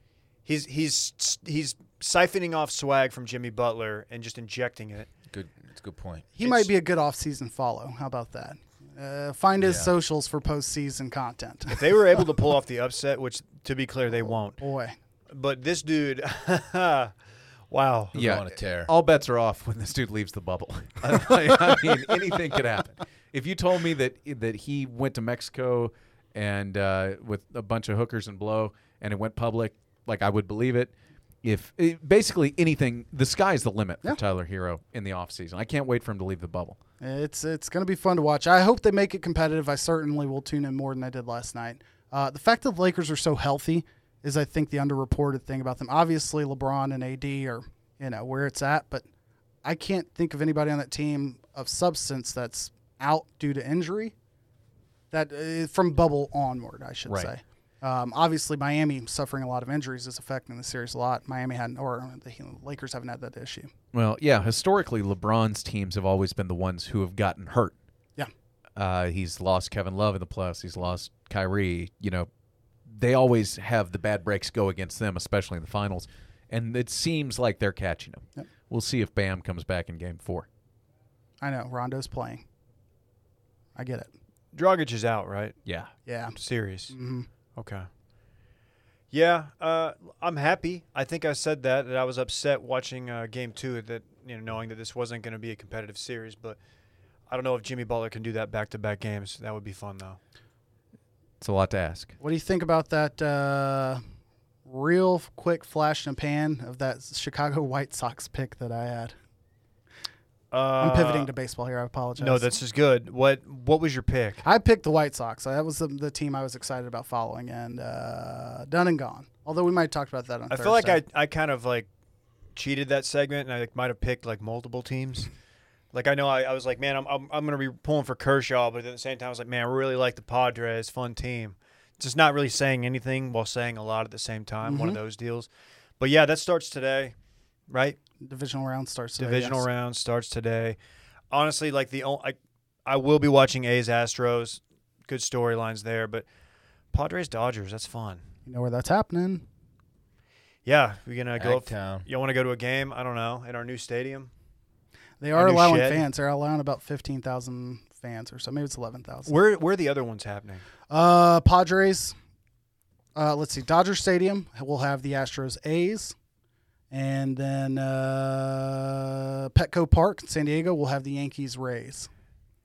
Speaker 2: he's he's he's siphoning off swag from Jimmy Butler and just injecting it.
Speaker 3: Good. It's a good point.
Speaker 4: He
Speaker 2: It's-
Speaker 4: might be a good off-season follow. How about that? Uh, find his
Speaker 3: Yeah.
Speaker 4: socials for postseason content.
Speaker 2: If they were able to pull off the upset, which to be clear they won't,
Speaker 4: Boy,
Speaker 2: but this dude, wow,
Speaker 3: He's
Speaker 5: Yeah,
Speaker 3: on a tear.
Speaker 5: all bets are off when this dude leaves the bubble. I mean, anything could happen. If you told me that that he went to Mexico and uh, with a bunch of hookers and blow, and it went public, like I would believe it. If it- basically anything, the sky's the limit for Tyler Hero in the offseason. I can't wait for him to leave the bubble.
Speaker 4: it's it's going to be fun to watch. I hope they make it competitive. I certainly will tune in more than I did last night. Uh, the fact that the Lakers are so healthy is, I think, the underreported thing about them. Obviously, LeBron and AD are you know where it's at, but I can't think of anybody on that team of substance that's out due to injury. That uh, from bubble onward, I should say. Um, obviously, Miami suffering a lot of injuries is affecting the series a lot. Miami hadn't, or the Lakers haven't had that issue.
Speaker 5: Well, yeah, historically, LeBron's teams have always been the ones who have gotten hurt.
Speaker 4: Yeah.
Speaker 5: Uh, he's lost Kevin Love in the playoffs. He's lost Kyrie. You know, they always have the bad breaks go against them, especially in the finals. And it seems like they're catching them. We'll see if Bam comes back in game four.
Speaker 4: I know Rondo's playing. I get it.
Speaker 2: Drogic is out, right?
Speaker 5: Yeah.
Speaker 4: Yeah.
Speaker 2: Serious.
Speaker 4: Mm-hmm.
Speaker 2: Okay. Yeah, uh, I'm happy. I think I said that that I was upset watching uh, Game Two, that you know, knowing that this wasn't going to be a competitive series. But I don't know if Jimmy Butler can do that back-to-back games. That would be fun, though.
Speaker 5: It's a lot to ask.
Speaker 4: What do you think about that uh, real quick flash in a pan of that Chicago White Sox pick that I had?
Speaker 2: Uh,
Speaker 4: I'm pivoting to baseball here. I apologize.
Speaker 2: No, this is good. What What was your pick?
Speaker 4: I picked the White Sox. That was the, the team I was excited about following, and uh, done and gone. Although we might have talked about that on
Speaker 2: I feel like I, I kind of like cheated that segment and I like, might have picked like multiple teams. Like I know I, I was like, man, I'm, I'm I'm gonna be pulling for Kershaw, but at the same time I was like, man, I really like the Padres, fun team. Just not really saying anything while saying a lot at the same time. One of those deals. But yeah, that starts today, right?
Speaker 4: divisional round starts. Today,
Speaker 2: Divisional
Speaker 4: Oh, yes.
Speaker 2: round starts today. Honestly, like the only, I, I will be watching A's Astros. Good storylines there, but Padres Dodgers, that's fun.
Speaker 4: You know where that's happening.
Speaker 2: Yeah, we're gonna go. up-
Speaker 3: Agtown.
Speaker 2: Y'all want to go to a game? I don't know. In our new stadium,
Speaker 4: They are
Speaker 2: new
Speaker 4: allowing
Speaker 2: shed.
Speaker 4: fans. They're allowing about fifteen thousand fans or so. Maybe it's eleven thousand.
Speaker 2: where where are the other ones happening?
Speaker 4: Uh, Padres. Uh, let's see. Dodger Stadium will have the Astros A's. And then uh, Petco Park in San Diego will have the Yankees Rays.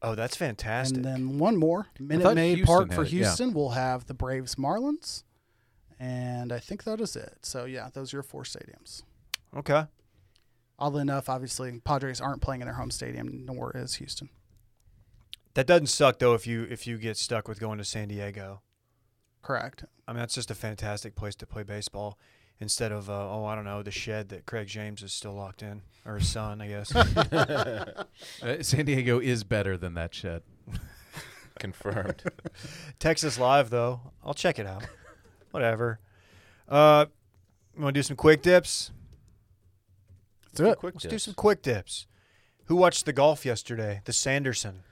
Speaker 2: Oh, that's fantastic.
Speaker 4: And then one more Minute
Speaker 5: thought
Speaker 4: Maid
Speaker 5: Houston
Speaker 4: Park
Speaker 5: had
Speaker 4: for
Speaker 5: it, yeah.
Speaker 4: Houston will have the Braves Marlins. And I think that is it. So, yeah, those are your four stadiums.
Speaker 2: Okay.
Speaker 4: Oddly enough, obviously, Padres aren't playing in their home stadium, nor is Houston.
Speaker 2: That doesn't suck though if you if you get stuck with going to San Diego.
Speaker 4: Correct.
Speaker 2: I mean, that's just a fantastic place to play baseball instead of, uh, oh, I don't know, the shed that Craig James is still locked in, or his son, I guess.
Speaker 5: Uh, San Diego is better than that shed.
Speaker 3: Confirmed.
Speaker 2: Texas Live, though. I'll check it out. Whatever. Uh, want to do some quick dips?
Speaker 4: Let's do it.
Speaker 3: Quick
Speaker 2: Let's do some quick dips. Who watched the golf yesterday? The Sanderson.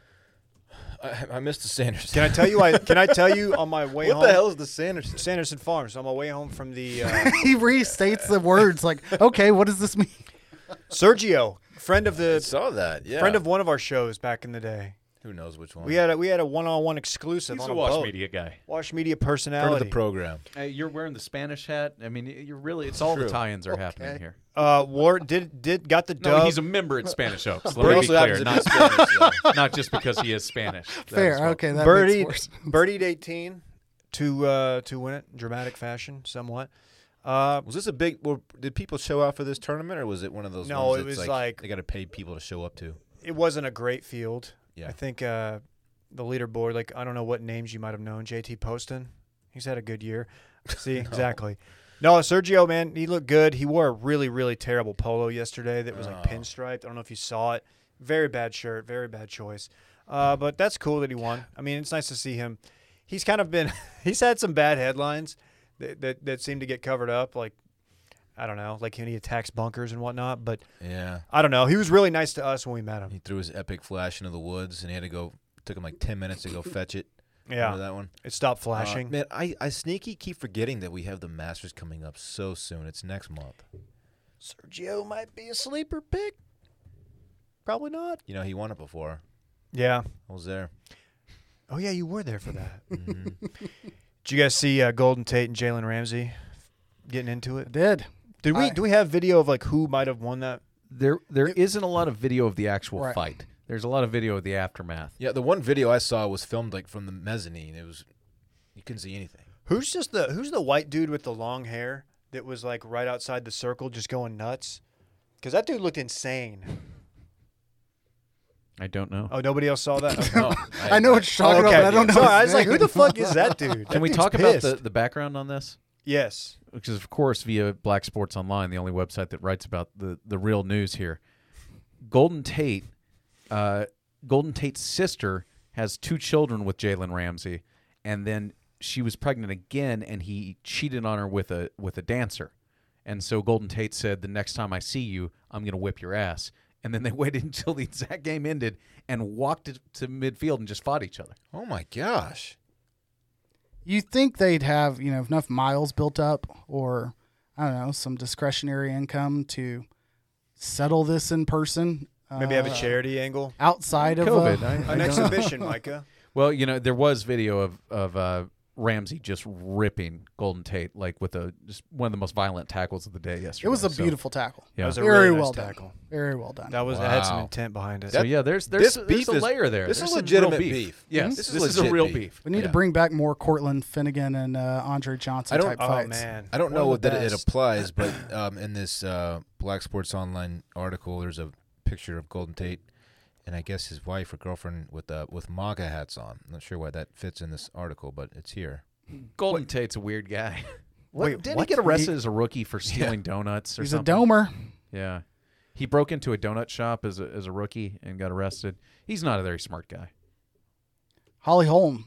Speaker 3: I, I missed the Sanderson.
Speaker 2: Can I tell you? I can I tell you on my way
Speaker 3: what
Speaker 2: home.
Speaker 3: the hell is the Sanderson?
Speaker 2: Sanderson Farms. On my way home from the uh,
Speaker 4: he restates the words like, okay, what does this mean?
Speaker 2: Sergio, friend of the
Speaker 3: saw that. Yeah.
Speaker 2: friend of one of our shows back in the day.
Speaker 3: who knows which one.
Speaker 2: We had a, we had a one on one exclusive
Speaker 8: He's
Speaker 2: on
Speaker 8: a
Speaker 2: a
Speaker 8: Wash
Speaker 2: boat.
Speaker 8: Media guy.
Speaker 2: Wash media
Speaker 3: friend
Speaker 2: personality.
Speaker 3: of the program.
Speaker 8: Uh, you're wearing the Spanish hat. I mean, y- you're really, it's all
Speaker 3: True.
Speaker 8: the tie ins are happening here.
Speaker 2: Uh, War did did got the
Speaker 8: No,
Speaker 2: dub.
Speaker 8: he's a member at Spanish Oaks.
Speaker 3: It
Speaker 8: Let me be
Speaker 3: also
Speaker 8: clear.
Speaker 3: happens to be
Speaker 8: Not,
Speaker 3: Spanish, so.
Speaker 8: not just because he is Spanish. That
Speaker 4: Fair.
Speaker 8: as well.
Speaker 4: Okay, that
Speaker 2: birdied
Speaker 4: makes worse.
Speaker 2: birdied eighteen to uh, to win it in dramatic fashion, somewhat. Uh,
Speaker 3: Was this a big? Were, did people show up for this tournament, or was it one of those?
Speaker 2: No,
Speaker 3: ones
Speaker 2: it
Speaker 3: that's
Speaker 2: was
Speaker 3: like,
Speaker 2: like-
Speaker 3: they got to pay people to show up to.
Speaker 2: it wasn't a great field.
Speaker 3: Yeah.
Speaker 2: I think uh, the leaderboard, like I don't know what names you might have known. JT Poston, he's had a good year. See, exactly. No, Sergio, man, he looked good. He wore a really, really terrible polo yesterday that was like pinstriped. I don't know if you saw it. Very bad shirt, very bad choice. Uh, but that's cool that he won. I mean, it's nice to see him. He's kind of been, he's had some bad headlines that, that, that seem to get covered up. Like, I don't know, like when he attacks bunkers and whatnot. But
Speaker 3: Yeah.
Speaker 2: I don't know. He was really nice to us when we met him.
Speaker 3: He threw his epic flash into the woods, and he had to go. Took him like ten minutes to go fetch it.
Speaker 2: Yeah.
Speaker 3: Remember that one.
Speaker 2: It stopped
Speaker 3: Uh,
Speaker 2: flashing.
Speaker 3: man, I, I sneaky keep forgetting that we have the Masters coming up so soon. It's next month.
Speaker 2: Sergio might be a sleeper pick. Probably not.
Speaker 3: You know, he won it before.
Speaker 2: Yeah.
Speaker 3: I was there.
Speaker 2: Oh yeah, you were there for that.
Speaker 4: Mm-hmm.
Speaker 2: Did you guys see uh, Golden Tate and Jalen Ramsey getting into it?
Speaker 4: Did.
Speaker 2: Did we
Speaker 4: I-
Speaker 2: do we have video of like who might have won that?
Speaker 5: There, there isn't a lot of video of the actual
Speaker 4: Right.
Speaker 5: fight. There's a lot of video of the aftermath.
Speaker 3: Yeah, the one video I saw was filmed like from the mezzanine. It was you couldn't see anything.
Speaker 2: Who's just the who's the white dude with the long hair that was like right outside the circle just going nuts? Because that dude looked insane.
Speaker 5: I don't know.
Speaker 2: Oh, nobody else saw that. Okay.
Speaker 3: No,
Speaker 4: I know what you're talking
Speaker 2: Oh, Okay.
Speaker 4: about, but I don't know.
Speaker 2: Sorry,
Speaker 4: his
Speaker 2: I was like,
Speaker 4: name.
Speaker 2: who the fuck is that dude?
Speaker 5: Can we talk about the, the background on this?
Speaker 2: Yes.
Speaker 5: Which is, of course, via Black Sports Online, the only website that writes about the, the real news here. Golden Tate, uh, Golden Tate's sister has two children with Jalen Ramsey, and then she was pregnant again, and he cheated on her with a with a dancer. And so Golden Tate said, "The next time I see you, I'm going to whip your ass." And then they waited until the exact game ended and walked it to midfield and just fought each other.
Speaker 3: Oh my gosh.
Speaker 4: You think they'd have you know enough miles built up, or I don't know, some discretionary income to settle this in person?
Speaker 2: Maybe have a
Speaker 4: uh,
Speaker 2: charity angle.
Speaker 4: outside of
Speaker 5: COVID,
Speaker 4: uh,
Speaker 5: I-
Speaker 2: An exhibition, Micah.
Speaker 5: Well, you know, there was video of of uh, Ramsey just ripping Golden Tate like with a just one of the most violent tackles of the day yesterday.
Speaker 4: It was a
Speaker 5: So-
Speaker 4: beautiful tackle.
Speaker 5: Yeah. That was
Speaker 2: a
Speaker 4: very
Speaker 2: really nice
Speaker 4: well
Speaker 2: tackle.
Speaker 4: done. Very well done.
Speaker 2: That was that had some
Speaker 5: Wow.
Speaker 2: intent behind it.
Speaker 5: So yeah, there's
Speaker 3: this
Speaker 5: there's, there's
Speaker 3: beef
Speaker 5: a
Speaker 3: is-
Speaker 5: layer there.
Speaker 3: this is
Speaker 5: There's some
Speaker 3: legitimate
Speaker 5: real
Speaker 3: beef.
Speaker 5: Yes,
Speaker 3: This
Speaker 5: this,
Speaker 3: is
Speaker 5: is, a
Speaker 3: legit
Speaker 5: real
Speaker 3: beef.
Speaker 5: beef.
Speaker 4: we need to
Speaker 3: Yeah.
Speaker 4: bring back more Cortland Finnegan and uh, Andre Johnson
Speaker 3: I don't-
Speaker 4: type
Speaker 2: Oh
Speaker 4: fights.
Speaker 2: man,
Speaker 3: I don't
Speaker 2: One of
Speaker 3: know
Speaker 2: the
Speaker 3: that it
Speaker 2: best.
Speaker 3: applies, but um, in this uh, Black Sports Online article, there's a picture of Golden Tate, and I guess his wife or girlfriend with uh, with MAGA hats on. I'm not sure why that fits in this article, but it's here.
Speaker 5: Golden Tate's a weird guy. What,
Speaker 2: Wait,
Speaker 5: didn't
Speaker 2: what?
Speaker 5: he get arrested as a rookie for stealing donuts or
Speaker 4: He's
Speaker 5: something?
Speaker 4: a domer.
Speaker 5: Yeah. He broke into a donut shop as a, as a rookie and got arrested. He's not a very smart guy.
Speaker 4: Holly Holm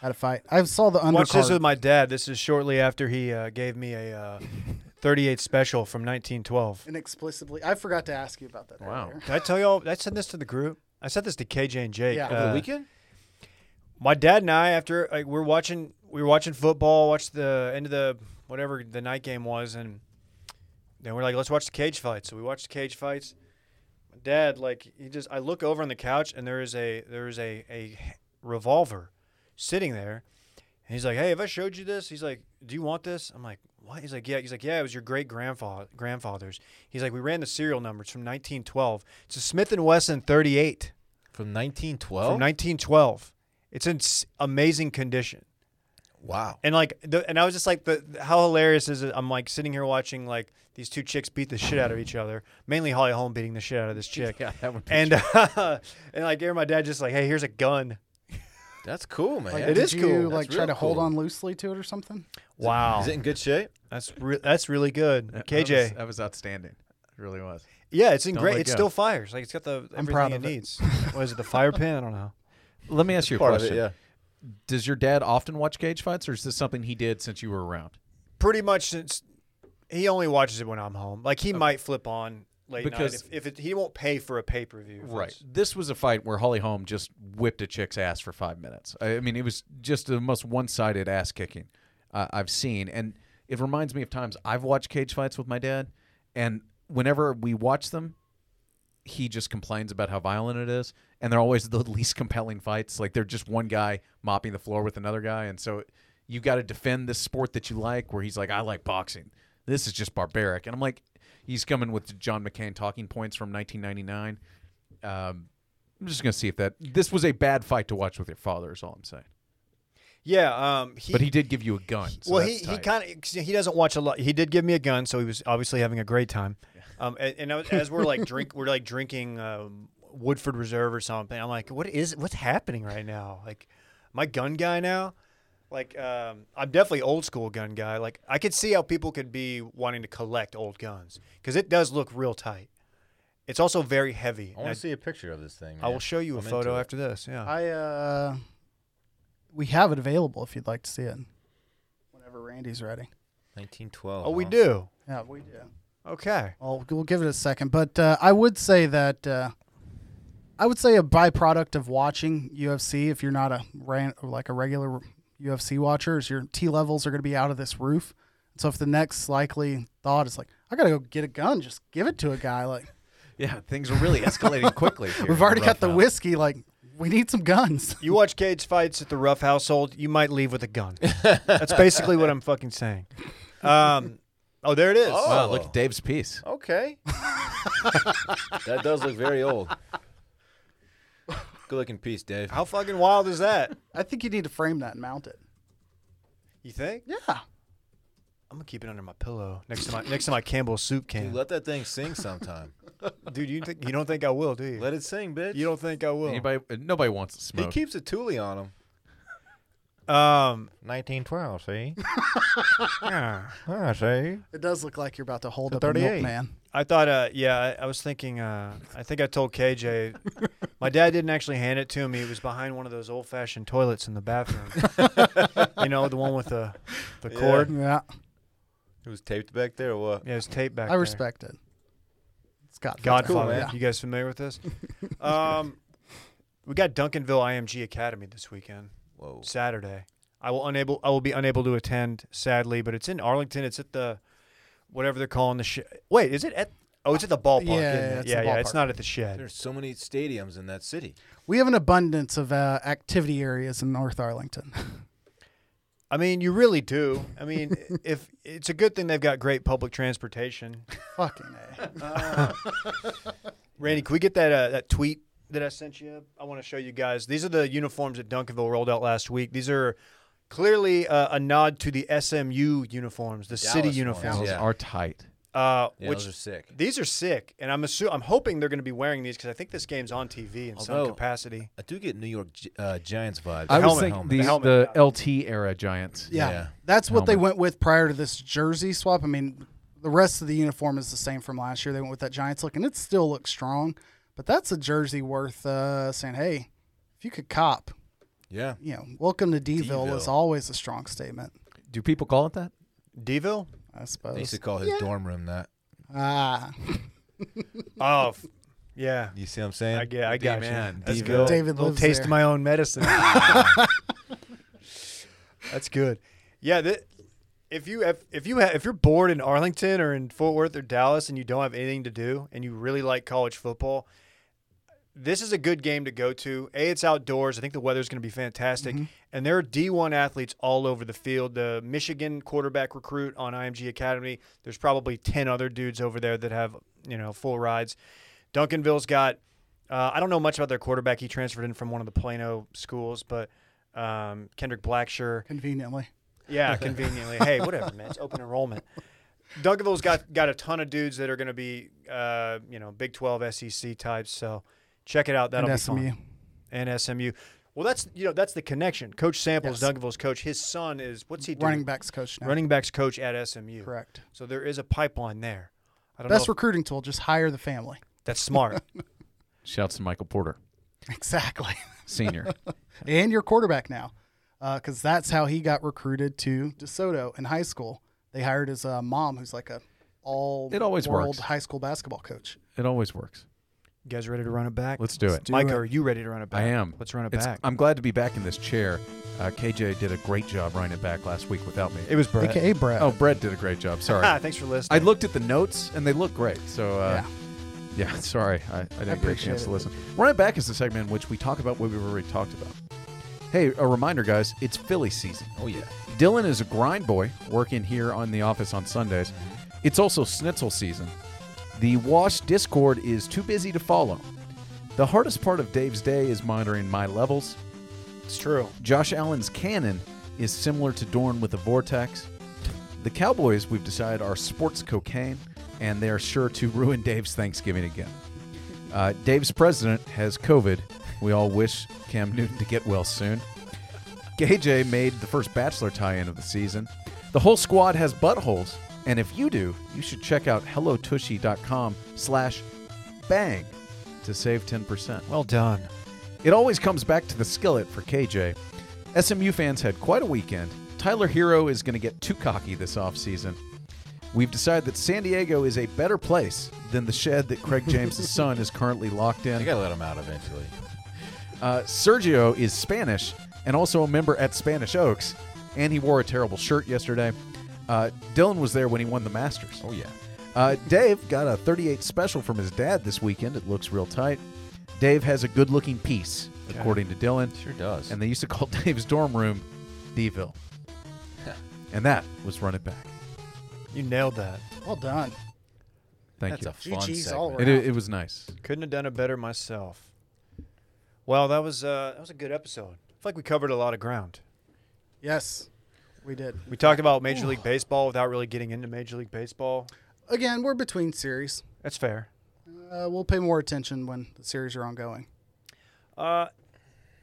Speaker 4: had a fight. I saw the undercard.
Speaker 2: Watch this with my dad. This is shortly after he uh, gave me a uh, 38 special from 1912.
Speaker 4: inexplicably. I forgot to ask you about that.
Speaker 5: Wow.
Speaker 4: earlier.
Speaker 2: Did I tell y'all? Did I send this to the group. I sent this to KJ and Jake.
Speaker 4: Yeah.
Speaker 2: Uh, My dad and I, after like, we're watching, we were watching football. Watched the end of the whatever the night game was, and then we're like, let's watch the cage fight. So we watched the cage fights. My dad, like, he just, I look over on the couch, and there is a there is a a revolver sitting there. And he's like, "Hey, have I showed you this?" He's like, "Do you want this?" I'm like, "What?" He's like, "Yeah." He's like, "Yeah, it was your great grandfather grandfather's." He's like, "We ran the serial numbers from 1912. It's a Smith and Wesson 38
Speaker 3: From 1912.
Speaker 2: from 1912. It's in s- amazing condition."
Speaker 3: Wow.
Speaker 2: And like, the, and I was just like, the how hilarious is it? I'm like sitting here watching like these two chicks beat the shit out of each other. Mainly Holly Holm beating the shit out of this chick.
Speaker 5: Yeah, that would be
Speaker 2: and and like, here my dad just like, hey, here's a gun.
Speaker 3: That's cool, man.
Speaker 4: Like,
Speaker 2: It
Speaker 4: did
Speaker 2: is
Speaker 4: you,
Speaker 2: cool. That's
Speaker 4: Like try
Speaker 3: real
Speaker 4: to hold
Speaker 3: cool.
Speaker 4: on loosely to it or something.
Speaker 2: Wow,
Speaker 3: Is it in good shape?
Speaker 2: that's re- that's really good,
Speaker 5: That- that was-
Speaker 2: KJ.
Speaker 5: that was outstanding. It really was.
Speaker 2: yeah, it's in
Speaker 5: Don't
Speaker 2: great.
Speaker 5: let
Speaker 2: It
Speaker 5: go.
Speaker 2: still fires. Like it's got the everything
Speaker 4: proud
Speaker 2: it
Speaker 4: of it.
Speaker 2: needs. what is it? The fire pin? I don't know.
Speaker 5: Let me ask you a
Speaker 3: Part of
Speaker 5: question.
Speaker 3: it, yeah.
Speaker 5: Does your dad often watch cage fights, or is this something he did since you were around?
Speaker 2: Pretty much since he only watches it when I'm home. Like he might flip on late
Speaker 5: Because-
Speaker 2: night if, if it, he won't pay for a pay per view.
Speaker 5: This was a fight where Holly Holm just whipped a chick's ass for five minutes. I I mean, it was just the most one-sided ass kicking uh, I've seen, and it reminds me of times I've watched cage fights with my dad, and whenever we watch them, he just complains about how violent it is, and they're always the least compelling fights. Like they're just one guy mopping the floor with another guy, and so you've got to defend this sport that you like. Where he's like, "I like boxing. This is just barbaric," and I'm like, he's coming with John McCain talking points from 1999. Um, I'm just gonna see if that this was a bad fight to watch with your father. Is all I'm saying.
Speaker 2: Yeah. Um.
Speaker 5: But he did give you a gun. so
Speaker 2: well, he,
Speaker 5: that's
Speaker 2: he
Speaker 5: tight.
Speaker 2: kind of he doesn't watch a lot. He did give me a gun, so he was obviously having a great time. Um, and, and I was- as we're like drink, we're like drinking um, Woodford Reserve or something. I'm like, what is what's happening right now? Like, my gun guy now. Like, um, I'm definitely old school gun guy. Like, I could see how people could be wanting to collect old guns because it does look real tight. It's also very heavy.
Speaker 3: I
Speaker 2: and
Speaker 3: want
Speaker 2: I-
Speaker 3: to see a picture of this thing.
Speaker 2: I will
Speaker 3: man.
Speaker 2: show you a
Speaker 3: I'm into
Speaker 2: photo
Speaker 3: it.
Speaker 2: after this. Yeah.
Speaker 4: I uh, we have it available if you'd like to see it. Whenever Randy's ready.
Speaker 3: 1912.
Speaker 2: oh, we
Speaker 3: huh?
Speaker 2: do.
Speaker 4: Yeah, we do.
Speaker 2: Okay.
Speaker 4: Well, we'll give it a second, but uh, I would say that uh, I would say a byproduct of watching UFC, if you're not a ran, or like a regular UFC watcher, is your T levels are going to be out of this roof. So if the next likely thought is like, I got to go get a gun, just give it to a guy. Like
Speaker 5: yeah, things are really escalating quickly. here in
Speaker 4: we've already got the
Speaker 5: Roughhouse.
Speaker 4: whiskey. Like we need some guns.
Speaker 2: You watch cage fights at the rough household, you might leave with a gun. That's basically what I'm fucking saying. Um, oh, there it is.
Speaker 5: Wow, look at Dave's piece.
Speaker 3: Okay. that does look very old. Good looking piece, Dave.
Speaker 2: How fucking wild is that?
Speaker 4: I think you need to frame that and mount it.
Speaker 2: You think?
Speaker 4: Yeah.
Speaker 2: I'm gonna keep it under my pillow next to my next to my Campbell's soup
Speaker 3: Dude,
Speaker 2: can.
Speaker 3: let that thing sing sometime.
Speaker 2: Dude, you think you don't think I will, do you?
Speaker 3: let it sing, bitch.
Speaker 2: you don't think I will?
Speaker 5: Anybody, uh, nobody wants to
Speaker 3: He
Speaker 5: smoke.
Speaker 3: keeps a Thule on him.
Speaker 2: Um,
Speaker 3: 1912, see?
Speaker 2: yeah.
Speaker 3: I see.
Speaker 4: It does look like you're about to hold
Speaker 3: The
Speaker 4: up a
Speaker 3: 38.
Speaker 4: milkman.
Speaker 2: I thought, uh, yeah, I, I was thinking. Uh, I think I told KJ, my dad didn't actually hand it to me. It was behind one of those old-fashioned toilets in the bathroom. you know, the one with the the
Speaker 3: Yeah.
Speaker 2: cord. Yeah,
Speaker 4: Yeah,
Speaker 3: It was taped back there or what?
Speaker 2: it was taped back.
Speaker 4: I
Speaker 2: there.
Speaker 4: respect it. It's got
Speaker 2: Godfather.
Speaker 3: man.
Speaker 2: You guys familiar with this? um, we got Duncanville IMG Academy this weekend,
Speaker 3: Whoa.
Speaker 2: Saturday. I will unable. I will be unable to attend, sadly. But it's in Arlington. It's at the whatever they're calling the. Sh- Wait, is it at? Oh, it's at the ballpark.
Speaker 4: Yeah,
Speaker 2: isn't
Speaker 4: yeah,
Speaker 2: it?
Speaker 4: it's
Speaker 2: yeah,
Speaker 4: the
Speaker 2: yeah. It's
Speaker 4: ballpark.
Speaker 2: not at the shed.
Speaker 3: There's so many stadiums in that city.
Speaker 4: We have an abundance of uh, activity areas in North Arlington.
Speaker 2: I mean, you really do. I mean, if it's a good thing they've got great public transportation.
Speaker 4: Fucking A.
Speaker 2: Randy, can we get that uh, that tweet that I sent you? I want to show you guys. These are the uniforms that Duncanville rolled out last week. These are clearly uh, a nod to the SMU uniforms, the city
Speaker 3: ones,
Speaker 2: uniforms,
Speaker 5: Those
Speaker 3: Yeah.
Speaker 5: are tight.
Speaker 2: uh,
Speaker 3: Yeah,
Speaker 2: which
Speaker 3: those are sick.
Speaker 2: these are sick. And I'm assu- I'm hoping they're going to be wearing these because I think this game's on TV in some
Speaker 3: Although-
Speaker 2: capacity.
Speaker 3: I do get New York Gi- uh, Giants vibes.
Speaker 5: I was
Speaker 2: helmet,
Speaker 5: thinking
Speaker 2: helmet.
Speaker 5: these-
Speaker 2: The helmet,
Speaker 5: the,
Speaker 2: yeah.
Speaker 5: LT era Giants.
Speaker 4: Yeah.
Speaker 3: Yeah.
Speaker 4: That's what they
Speaker 5: Helmet.
Speaker 4: went with prior to this jersey swap. I mean, the rest of the uniform is the same from last year. They went with that Giants look, and it still looks strong. But that's a jersey worth uh, saying, hey, if you could cop,
Speaker 3: yeah.
Speaker 4: you know, welcome to Deville
Speaker 3: Deville.
Speaker 4: is always a strong statement,
Speaker 5: Do people call it that?
Speaker 2: Deville?
Speaker 4: I
Speaker 3: They used
Speaker 4: suppose.
Speaker 3: to call his dorm room that.
Speaker 4: Ah,
Speaker 2: Oh, f- yeah.
Speaker 3: You see what I'm saying?
Speaker 2: I get. I got
Speaker 5: D-man,
Speaker 2: you. That's
Speaker 5: Deville.
Speaker 2: good.
Speaker 4: David
Speaker 2: little
Speaker 4: lives
Speaker 2: taste
Speaker 4: there.
Speaker 2: of my own medicine. That's good. Yeah. That, if you if, if you ha- if you're bored in Arlington or in Fort Worth or Dallas and you don't have anything to do and you really like college football, this is a good game to go to. A, it's outdoors. I think the weather's going to be fantastic. And there are D1 athletes all over the field. The Michigan quarterback recruit on IMG Academy. There's probably 10 other dudes over there that have, you know, full rides. Duncanville's got, uh, I don't know much about their quarterback. He transferred in from one of the Plano schools, but um, Kendrick Blackshire.
Speaker 4: Conveniently.
Speaker 2: Yeah, conveniently. hey, whatever, man. It's open enrollment. Douglasville's got got a ton of dudes that are going to be, uh, you know, Big Twelve SEC types. So check it out. That'll
Speaker 4: and
Speaker 2: be fun.
Speaker 4: SMU.
Speaker 2: And SMU. Well, that's you know that's the connection. Coach Samples,
Speaker 4: Yes.
Speaker 2: Douglasville's coach. His son is what's he doing?
Speaker 4: Running backs coach now.
Speaker 2: Running backs coach at SMU.
Speaker 4: Correct.
Speaker 2: So there is a pipeline there. I don't
Speaker 4: Best
Speaker 2: know. if-
Speaker 4: recruiting tool, just hire the family.
Speaker 2: that's smart.
Speaker 5: Shouts to Michael Porter,
Speaker 4: Exactly.
Speaker 5: senior.
Speaker 4: and your quarterback now, because that's how he got recruited to DeSoto in high school. They hired his uh, mom, who's like a all
Speaker 5: It always
Speaker 4: world
Speaker 5: works.
Speaker 4: high school basketball coach.
Speaker 5: it always works.
Speaker 2: you guys ready to run it back?
Speaker 5: Let's do it.
Speaker 2: Mike, are you ready to run it back?
Speaker 5: I am.
Speaker 2: Let's run it
Speaker 5: It's-
Speaker 2: back.
Speaker 5: I'm glad to be back in this chair. Uh, KJ did a great job running it back last week without me.
Speaker 2: it was Brett.
Speaker 4: AKA Brett.
Speaker 5: oh, Brett did a great job.
Speaker 2: Ah,
Speaker 5: Sorry.
Speaker 2: thanks for listening.
Speaker 5: I looked at the notes and they look great. So, uh, yeah. sorry. I, I didn't get a
Speaker 4: appreciate
Speaker 5: chance
Speaker 4: it.
Speaker 5: to listen. Run It Back is the segment in which we talk about what we've already talked about. Hey, a reminder, guys, it's Philly season.
Speaker 3: Oh yeah.
Speaker 5: Dylan is a grind boy working here on the office on Sundays. It's also schnitzel season. The Wash Discord is too busy to follow. The hardest part of Dave's day is monitoring my levels.
Speaker 2: It's true.
Speaker 5: Josh Allen's cannon is similar to Dorn with a vortex. The Cowboys, we've decided, are sports cocaine, and they are sure to ruin Dave's Thanksgiving again. Uh, Dave's president has COVID. We all wish Cam Newton to get well soon. KJ made the first Bachelor tie in of the season. The whole squad has buttholes, and if you do, you should check out hellotushy.com slash bang to save 10%.
Speaker 2: Well done.
Speaker 5: It always comes back to the skillet for KJ. SMU fans had quite a weekend. Tyler Hero is going to get too cocky this offseason. We've decided that San Diego is a better place than the shed that Craig James' son is currently locked
Speaker 3: I
Speaker 5: in.
Speaker 3: gotta let him out eventually.
Speaker 5: Uh, Sergio is Spanish and also a member at Spanish Oaks, and he wore a terrible shirt yesterday. Uh, Dylan was there when he won the Masters.
Speaker 3: Oh yeah.
Speaker 5: Uh, Dave got a 38 special from his dad this weekend. It looks real tight. Dave has a good looking piece, according to Dylan.
Speaker 3: Sure does.
Speaker 5: And they used to call Dave's dorm room Deville. and that was Run It Back.
Speaker 2: You nailed that.
Speaker 4: Well done.
Speaker 5: Thank
Speaker 3: That's a
Speaker 5: you.
Speaker 3: fun
Speaker 4: GG's
Speaker 3: segment.
Speaker 4: all around.
Speaker 5: it, it was nice.
Speaker 2: Couldn't have done it better myself. Well, that was uh, that was a good episode. I feel like we covered a lot of ground.
Speaker 4: Yes, we did.
Speaker 2: We talked about Major League Baseball without really getting into Major League Baseball.
Speaker 4: Again, we're between series.
Speaker 2: That's fair.
Speaker 4: Uh, we'll pay more attention when the series are ongoing.
Speaker 2: Uh,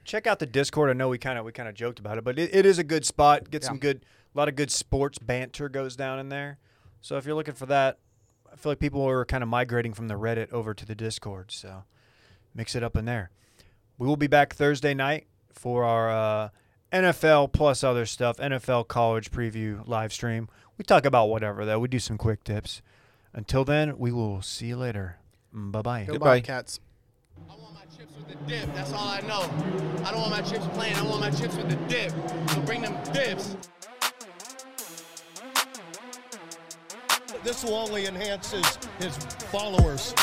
Speaker 2: check out the Discord. I know we kind of we kind of joked about it, but it, it is a good spot. Get some
Speaker 4: Yeah.
Speaker 2: good, a lot of good sports banter goes down in there. So if you're looking for that, I feel like people are kind of migrating from the Reddit over to the Discord. So mix it up in there. We will be back Thursday night for our uh, NFL plus other stuff, NFL college preview live stream. We talk about whatever though. We do some quick tips. Until then, we will see you later. Bye bye.
Speaker 4: Go
Speaker 3: Goodbye.
Speaker 4: Bobcats.
Speaker 10: I want my chips with the dip. That's all I know. I don't want my chips plain. I want my chips with the dip. So bring them dips.
Speaker 11: This will only enhance his, his followers.